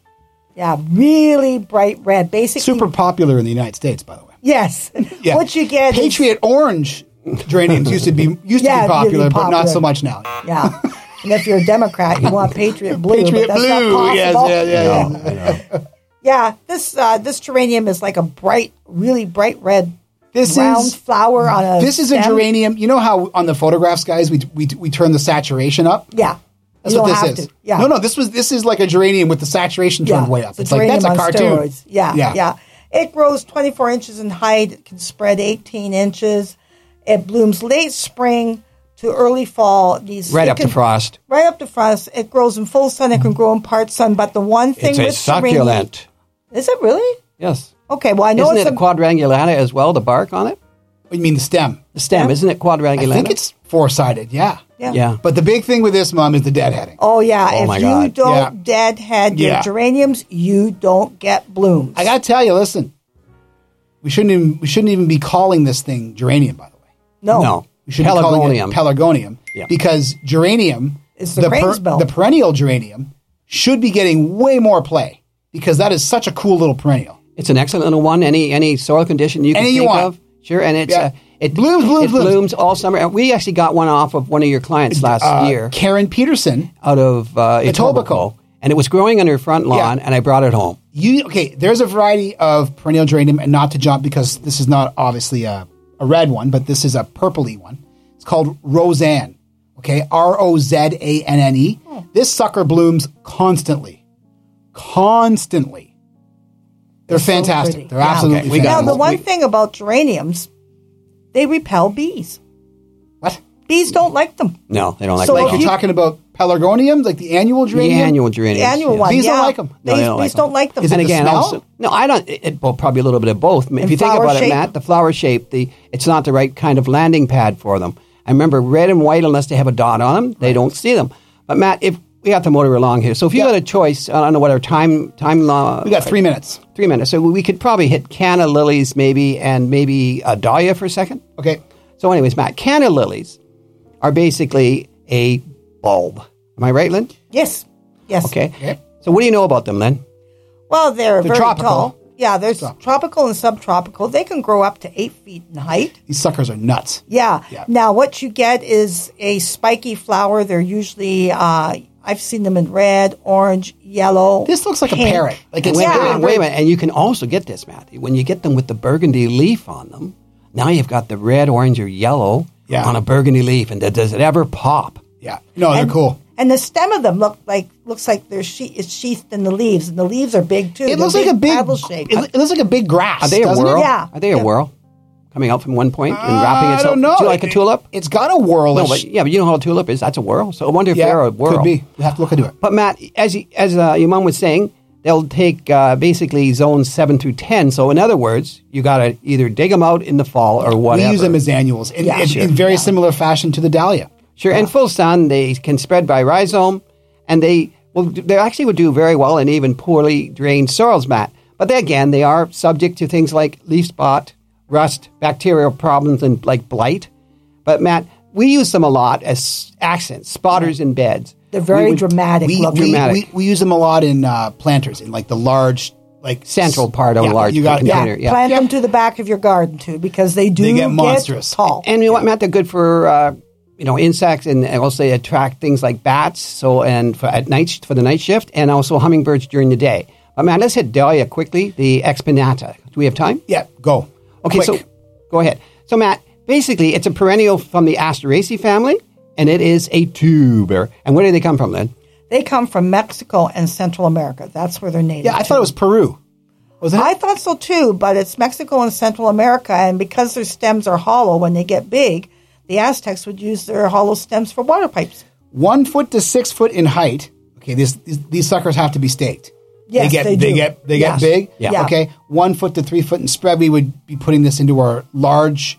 Speaker 3: Yeah, really bright red. Basically,
Speaker 1: Super popular in the United States, by the way.
Speaker 3: Yes.
Speaker 1: Yeah.
Speaker 3: What you get? is-
Speaker 1: Patriot orange geraniums used to be used
Speaker 3: Yeah,
Speaker 1: to be popular,
Speaker 3: really
Speaker 1: but not
Speaker 3: popular. Uh,
Speaker 1: so much now.
Speaker 3: yeah. And if you're a Democrat, you want Patriot blue.
Speaker 1: Patriot
Speaker 3: but that's
Speaker 1: blue.
Speaker 3: Not
Speaker 1: Yes,
Speaker 3: possible.
Speaker 1: yeah, yeah, yeah.
Speaker 3: Yeah, This uh, this geranium is like a bright, really bright red
Speaker 1: This
Speaker 3: round
Speaker 1: is
Speaker 3: flower on a.
Speaker 1: this is a
Speaker 3: stem?
Speaker 1: geranium. You know how on the photographs, guys, we we, we turn the saturation up.
Speaker 3: Yeah,
Speaker 1: That's
Speaker 3: You
Speaker 1: what
Speaker 3: don't
Speaker 1: this
Speaker 3: have
Speaker 1: is.
Speaker 3: to. Yeah.
Speaker 1: No, no. This was this is like a geranium with the saturation turned way up. It's, like
Speaker 3: geranium
Speaker 1: that's a
Speaker 3: on
Speaker 1: cartoon.
Speaker 3: steroids. Yeah, yeah, It grows 24 inches in height. It can spread 18 inches. It blooms late spring to early fall. It needs
Speaker 2: Right
Speaker 3: it
Speaker 2: up to
Speaker 3: can-
Speaker 2: frost.
Speaker 3: Right up to frost. It grows in full sun. It can grow in part sun. But the one thing
Speaker 2: It's a
Speaker 3: with
Speaker 2: succulent.
Speaker 3: Geranium, is it really?
Speaker 2: Yes.
Speaker 3: Okay. Well, I know
Speaker 2: Isn't
Speaker 3: it's
Speaker 2: it
Speaker 3: a,
Speaker 2: quadrangulata as well? The bark on it,
Speaker 1: You mean the stem?
Speaker 2: the stem. Isn't it
Speaker 1: I
Speaker 2: quadrangulata?
Speaker 1: think it's four sided. Yeah.
Speaker 3: yeah.
Speaker 2: yeah.
Speaker 1: But the big thing with this, mom, is the deadheading.
Speaker 3: Oh yeah.
Speaker 2: Oh,
Speaker 3: if
Speaker 2: my
Speaker 3: you
Speaker 2: God.
Speaker 1: Yeah.
Speaker 3: don't deadhead your
Speaker 1: Yeah.
Speaker 3: geraniums, you don't get blooms.
Speaker 1: I gotta tell you, listen, we shouldn't even, we shouldn't even be calling this thing geranium. By the way,
Speaker 3: no.
Speaker 2: No.
Speaker 1: we should be calling it
Speaker 2: Pelargonium.
Speaker 1: pelargonium
Speaker 2: Yeah.
Speaker 1: because geranium
Speaker 3: It's the crane's belt.
Speaker 1: the perennial geranium should be getting way more play because that is such a cool little perennial.
Speaker 2: It's an excellent little one. Any any soil condition you can
Speaker 1: Any you
Speaker 2: think
Speaker 1: want.
Speaker 2: of, sure. And it's
Speaker 1: Yeah.
Speaker 2: uh, it
Speaker 1: Blooms, blooms,
Speaker 2: it
Speaker 1: blooms.
Speaker 2: all summer. And we actually got one off of one of your clients last year
Speaker 1: Karen Peterson,
Speaker 2: out of uh,
Speaker 1: Etobicoke.
Speaker 2: Etobicoke, and it was growing on her front lawn, and I brought it home.
Speaker 1: you okay? There's a variety of perennial geranium, and not to jump because this is not obviously a, a red one, but this is a purpley one. It's called Roseanne. Okay, R O Z A N N E.
Speaker 3: Hmm.
Speaker 1: This sucker blooms constantly, constantly. They're fantastic.
Speaker 3: pretty.
Speaker 1: They're
Speaker 3: Yeah,
Speaker 1: absolutely
Speaker 2: okay, we got
Speaker 3: Now
Speaker 2: Yeah,
Speaker 1: fantastic.
Speaker 3: the
Speaker 2: well, we-
Speaker 3: one thing about geraniums, they repel bees.
Speaker 1: what?
Speaker 3: Bees don't like them.
Speaker 2: No, they don't like
Speaker 3: So
Speaker 2: it.
Speaker 3: if
Speaker 2: at all.
Speaker 1: You're
Speaker 3: you-
Speaker 1: talking about pelargoniums, like the annual
Speaker 2: the
Speaker 1: geranium.
Speaker 2: annual geranium.
Speaker 3: The annual one.
Speaker 1: Bees
Speaker 3: yeah.
Speaker 1: don't like 'em.
Speaker 2: No,
Speaker 3: Bees,
Speaker 2: they don't like
Speaker 3: bees
Speaker 2: 'em.
Speaker 3: don't like them.
Speaker 1: Is it
Speaker 2: and
Speaker 1: the
Speaker 2: again,
Speaker 1: smell?
Speaker 2: also, no, I don't. It, it- well, probably a little bit of both. If you think
Speaker 3: flower
Speaker 2: about it,
Speaker 3: shape?
Speaker 2: Matt, the flower shape, the it's not the right kind of landing pad for them. I remember red and white, unless they have a dot on them, they don't see them. But Matt, if we have to motor along here, so if you got a choice, I don't know what our time time law.
Speaker 1: We got three minutes.
Speaker 2: three minutes, so we could probably hit canna lilies, maybe, and maybe a dahlia for a second.
Speaker 1: Okay.
Speaker 2: So, anyways, Matt, canna lilies are basically a bulb. Am I right, Lynn?
Speaker 3: Yes. Yes.
Speaker 2: Okay.
Speaker 1: Yep.
Speaker 2: So, what do you know about them, Lynn?
Speaker 3: Well, they're, very
Speaker 1: tropical.
Speaker 3: tall. Yeah, there's tropical and subtropical. They can grow up to eight feet in height.
Speaker 1: These suckers are nuts.
Speaker 3: Yeah.
Speaker 1: Yeah.
Speaker 3: Now, what you get is a spiky flower. They're usually, uh, I've seen them in red, orange, yellow.
Speaker 1: This looks like a
Speaker 3: pink.
Speaker 1: parrot. Like it's
Speaker 2: wait,
Speaker 3: Yeah.
Speaker 2: a minute, wait a minute. And you can also get this, Matthew. When you get them with the burgundy leaf on them, now you've got the red, orange, or yellow
Speaker 1: Yeah.
Speaker 2: on a burgundy leaf. And th- does it ever pop?
Speaker 1: Yeah. No, they're
Speaker 3: And-
Speaker 1: cool.
Speaker 3: And the stem of them look like looks like they're she- it's sheathed in the leaves, and the leaves are big too.
Speaker 1: It
Speaker 3: They're
Speaker 1: looks like a big.
Speaker 3: paddle shape.
Speaker 1: It, it looks like a big grass.
Speaker 2: Are they a
Speaker 1: doesn't it? Uh,
Speaker 2: whirl?
Speaker 3: Yeah.
Speaker 2: Are they a
Speaker 3: Yeah.
Speaker 2: whirl? Coming out from one point and wrapping
Speaker 1: I
Speaker 2: itself?
Speaker 1: don't know.
Speaker 2: Do you like a
Speaker 1: It-
Speaker 2: tulip?
Speaker 1: It's got a whirlish.
Speaker 2: No, but yeah, but you know how a tulip is. That's a whirl. So I wonder if
Speaker 1: yeah,
Speaker 2: they're a whirl.
Speaker 1: could be. We have to look into it.
Speaker 2: But Matt, as you- as uh, your mom was saying, they'll take uh, basically zones seven through ten. So in other words, you got to either dig them out in the fall or whatever.
Speaker 1: We use them as annuals in,
Speaker 3: Yeah,
Speaker 1: in,
Speaker 3: sure.
Speaker 1: in very similar fashion to the dahlia.
Speaker 2: Sure,
Speaker 3: Oh.
Speaker 2: and full sun, they can spread by rhizome, and they well, they actually would do very well in even poorly drained soils, Matt. But they, again, they are subject to things like leaf spot, rust, bacterial problems, and like blight. But Matt, we use them a lot as accents, spotters in beds.
Speaker 3: They're very dramatic
Speaker 1: We
Speaker 3: looking.
Speaker 1: we,
Speaker 2: Dramatic.
Speaker 1: we we use them a lot in uh, planters in like the large like
Speaker 2: Central
Speaker 1: s-
Speaker 2: part of a
Speaker 1: yeah,
Speaker 2: large
Speaker 1: You got
Speaker 3: yeah,
Speaker 2: container, yeah.
Speaker 3: plant them to the back of your garden too, because they do
Speaker 1: They get monstrous.
Speaker 3: tall.
Speaker 2: And you know what, Matt? They're good for uh, you know insects, and and also they attract things like bats. So and for at night sh- for the night shift, and also hummingbirds during the day. But Matt, let's hit dahlia quickly. The expinata. Do we have time?
Speaker 1: Yeah, go.
Speaker 2: Okay,
Speaker 1: Quick.
Speaker 2: so go ahead. So Matt, basically, it's a perennial from the Asteraceae family, and it is a tuber. And where do they come from, Lynn?
Speaker 3: They come from Mexico and Central America. That's where they're native.
Speaker 1: yeah, I
Speaker 3: to.
Speaker 1: thought it was Peru. Was it?
Speaker 3: I thought so too, but it's Mexico and Central America, and because their stems are hollow when they get big, the Aztecs would use their hollow stems for water pipes.
Speaker 1: one foot to six foot in height. Okay, this, these these suckers have to be staked.
Speaker 3: Yes,
Speaker 1: they get
Speaker 3: they do.
Speaker 1: get they
Speaker 3: Yes.
Speaker 1: get big.
Speaker 2: Yeah.
Speaker 3: Yeah.
Speaker 1: Okay, one foot to three foot in spread. We would be putting this into our large,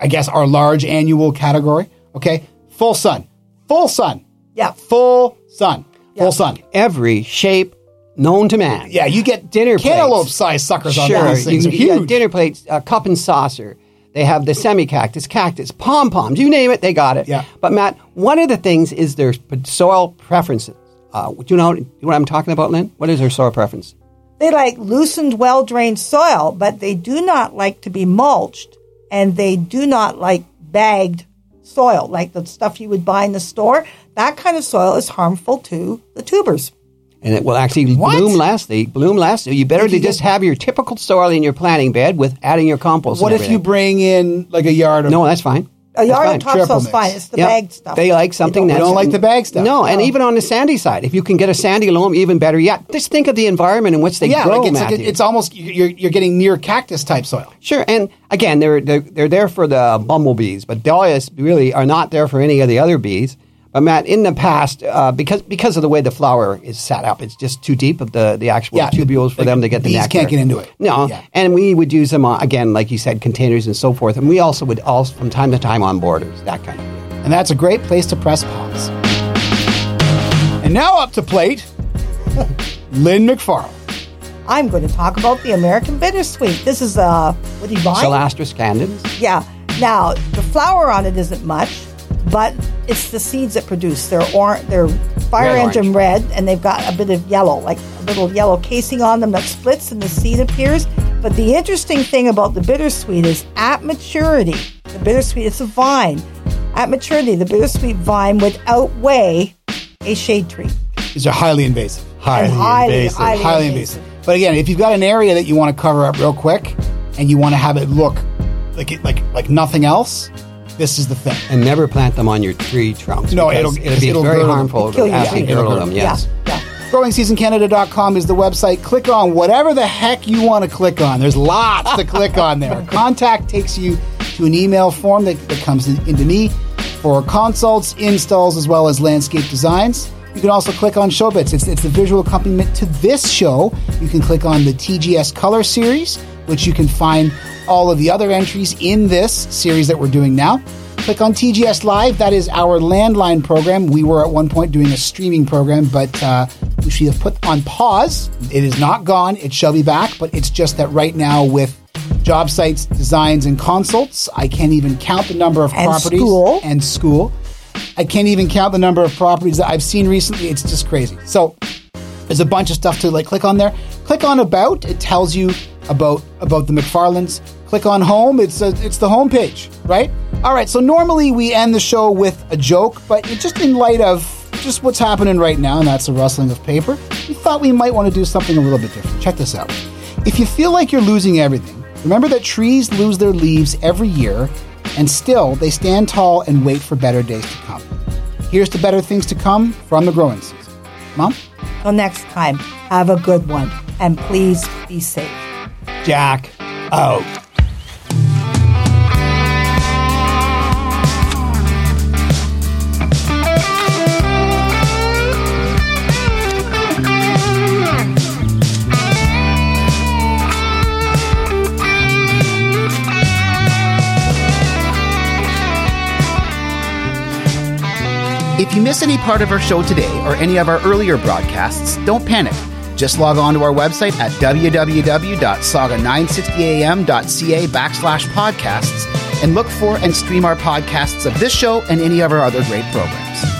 Speaker 1: I guess, our large annual category. Okay, full sun, full sun,
Speaker 3: Yeah.
Speaker 1: full sun,
Speaker 3: Yeah.
Speaker 1: full sun.
Speaker 2: Every shape known to man.
Speaker 1: Yeah, you get
Speaker 2: Dinner plates.
Speaker 1: cantaloupe sized suckers on
Speaker 2: Sure,
Speaker 1: these things.
Speaker 2: you
Speaker 1: They're
Speaker 2: can- yeah,
Speaker 1: huge.
Speaker 2: dinner plates, a cup and saucer. They have the semi cactus, cactus, pom poms. You name it, they got it.
Speaker 1: Yeah.
Speaker 2: But Matt, one of the things is their p- soil preferences. Uh, do you know do you know what I'm talking about, Lynn? What is their soil preference?
Speaker 3: They like loosened, well drained soil, but they do not like to be mulched and they do not like bagged soil, like the stuff you would buy in the store. That kind of soil is harmful to the tubers.
Speaker 2: and it will actually
Speaker 1: What?
Speaker 2: bloom last. They bloom last. You better
Speaker 1: If you
Speaker 2: to just
Speaker 1: get-
Speaker 2: have your typical soil in your planting bed with adding your compost.
Speaker 1: What
Speaker 2: and
Speaker 1: if you
Speaker 2: everything.
Speaker 1: bring in like a yard of
Speaker 2: No, that's fine.
Speaker 3: A
Speaker 2: That's
Speaker 3: yard
Speaker 2: fine.
Speaker 3: of topsoil is
Speaker 1: Triple mix.
Speaker 3: fine. It's the
Speaker 2: Yeah.
Speaker 3: bag stuff.
Speaker 2: They like something
Speaker 1: They
Speaker 2: that's
Speaker 1: don't like the bag stuff. Oh.
Speaker 2: No, and
Speaker 1: No.
Speaker 2: even on the sandy side, if you can get a sandy loam, even better yet. Just think of the environment in which they
Speaker 1: yeah,
Speaker 2: grow,
Speaker 1: like it's, like
Speaker 2: Matthew.
Speaker 1: it- it's almost you're you're getting near cactus type soil.
Speaker 2: Sure, and again, they're, they're they're there for the bumblebees, but dahlias really are not there for any of the other bees. But Matt, in the past, uh, because because of the way the flower is set up, it's just too deep of the the actual
Speaker 1: Yeah,
Speaker 2: tubules for
Speaker 1: like,
Speaker 2: them to get the
Speaker 1: bees
Speaker 2: nectar.
Speaker 1: can't get into it.
Speaker 2: No,
Speaker 1: Yeah.
Speaker 2: and we would use them on, again, like you said, containers and so forth, and we also would also from time to time on borders that kind of. thing.
Speaker 1: And that's a great place to press pause. And now up to plate, Lynn McFarlane.
Speaker 3: I'm going to talk about the American bittersweet. This is uh, Woody Vine.
Speaker 2: Solastra scandens.
Speaker 3: Yeah. Now the flour on it isn't much, but it's the seeds that produce. They're or- they're fire
Speaker 2: Red
Speaker 3: engine red, and they've got a bit of yellow, like a little yellow casing on them that splits, and the seed appears. But the interesting thing about the bittersweet is at maturity, the bittersweet it's a vine. At maturity, the bittersweet vine would outweigh a shade tree.
Speaker 1: These are highly invasive.
Speaker 3: And highly, highly
Speaker 1: highly
Speaker 3: invasive.
Speaker 1: invasive. But again, if you've got an area that you want to cover up real quick, and you want to have it look like it, like like nothing else, this is the thing.
Speaker 2: and never plant them on your tree trunks.
Speaker 1: No,
Speaker 2: because
Speaker 1: it'll-
Speaker 2: it'll be
Speaker 1: it'll
Speaker 2: very
Speaker 1: girdle them.
Speaker 2: harmful
Speaker 3: Kill
Speaker 2: to
Speaker 3: you.
Speaker 2: actually
Speaker 3: Yeah.
Speaker 2: girdle
Speaker 1: It'll
Speaker 2: them. Yes.
Speaker 3: Yeah. Yeah.
Speaker 1: GrowingSeasonCanada.com is the website. Click on whatever the heck you want to click on. There's lots to click on there. Contact takes you to an email form that, that comes in, into me for consults, installs, as well as landscape designs. You can also click on show bits. It's, it's the visual accompaniment to this show. You can click on the TGS Color Series, which you can find all of the other entries in this series that we're doing now. Click on TGS Live. That is our landline program. We were at one point doing a streaming program, but uh, which we have put on pause. It is not gone. It shall be back, but it's just that right now with job sites, designs, and consults, I can't even count the number of
Speaker 3: And
Speaker 1: properties
Speaker 3: school.
Speaker 1: and school. I can't even count the number of properties that I've seen recently. It's just crazy. So there's a bunch of stuff to like click on there. Click on about. It tells you about about the McFarlands. Click on home. It's a, it's the home page, right? All right. So normally we end the show with a joke, but it- just in light of just what's happening right now, and that's the rustling of paper, we thought we might want to do something a little bit different. Check this out. If you feel like you're losing everything, remember that trees lose their leaves every year, and still they stand tall and wait for better days to come. Here's to better things to come from the growing season. Mom?
Speaker 3: Till next time, have a good one, and please be safe.
Speaker 2: Jack. Oh.
Speaker 4: If you miss any part of our show today or any of our earlier broadcasts, don't panic. Just log on to our website at www.saga960am.ca backslash podcasts and look for and stream our podcasts of this show and any of our other great programs.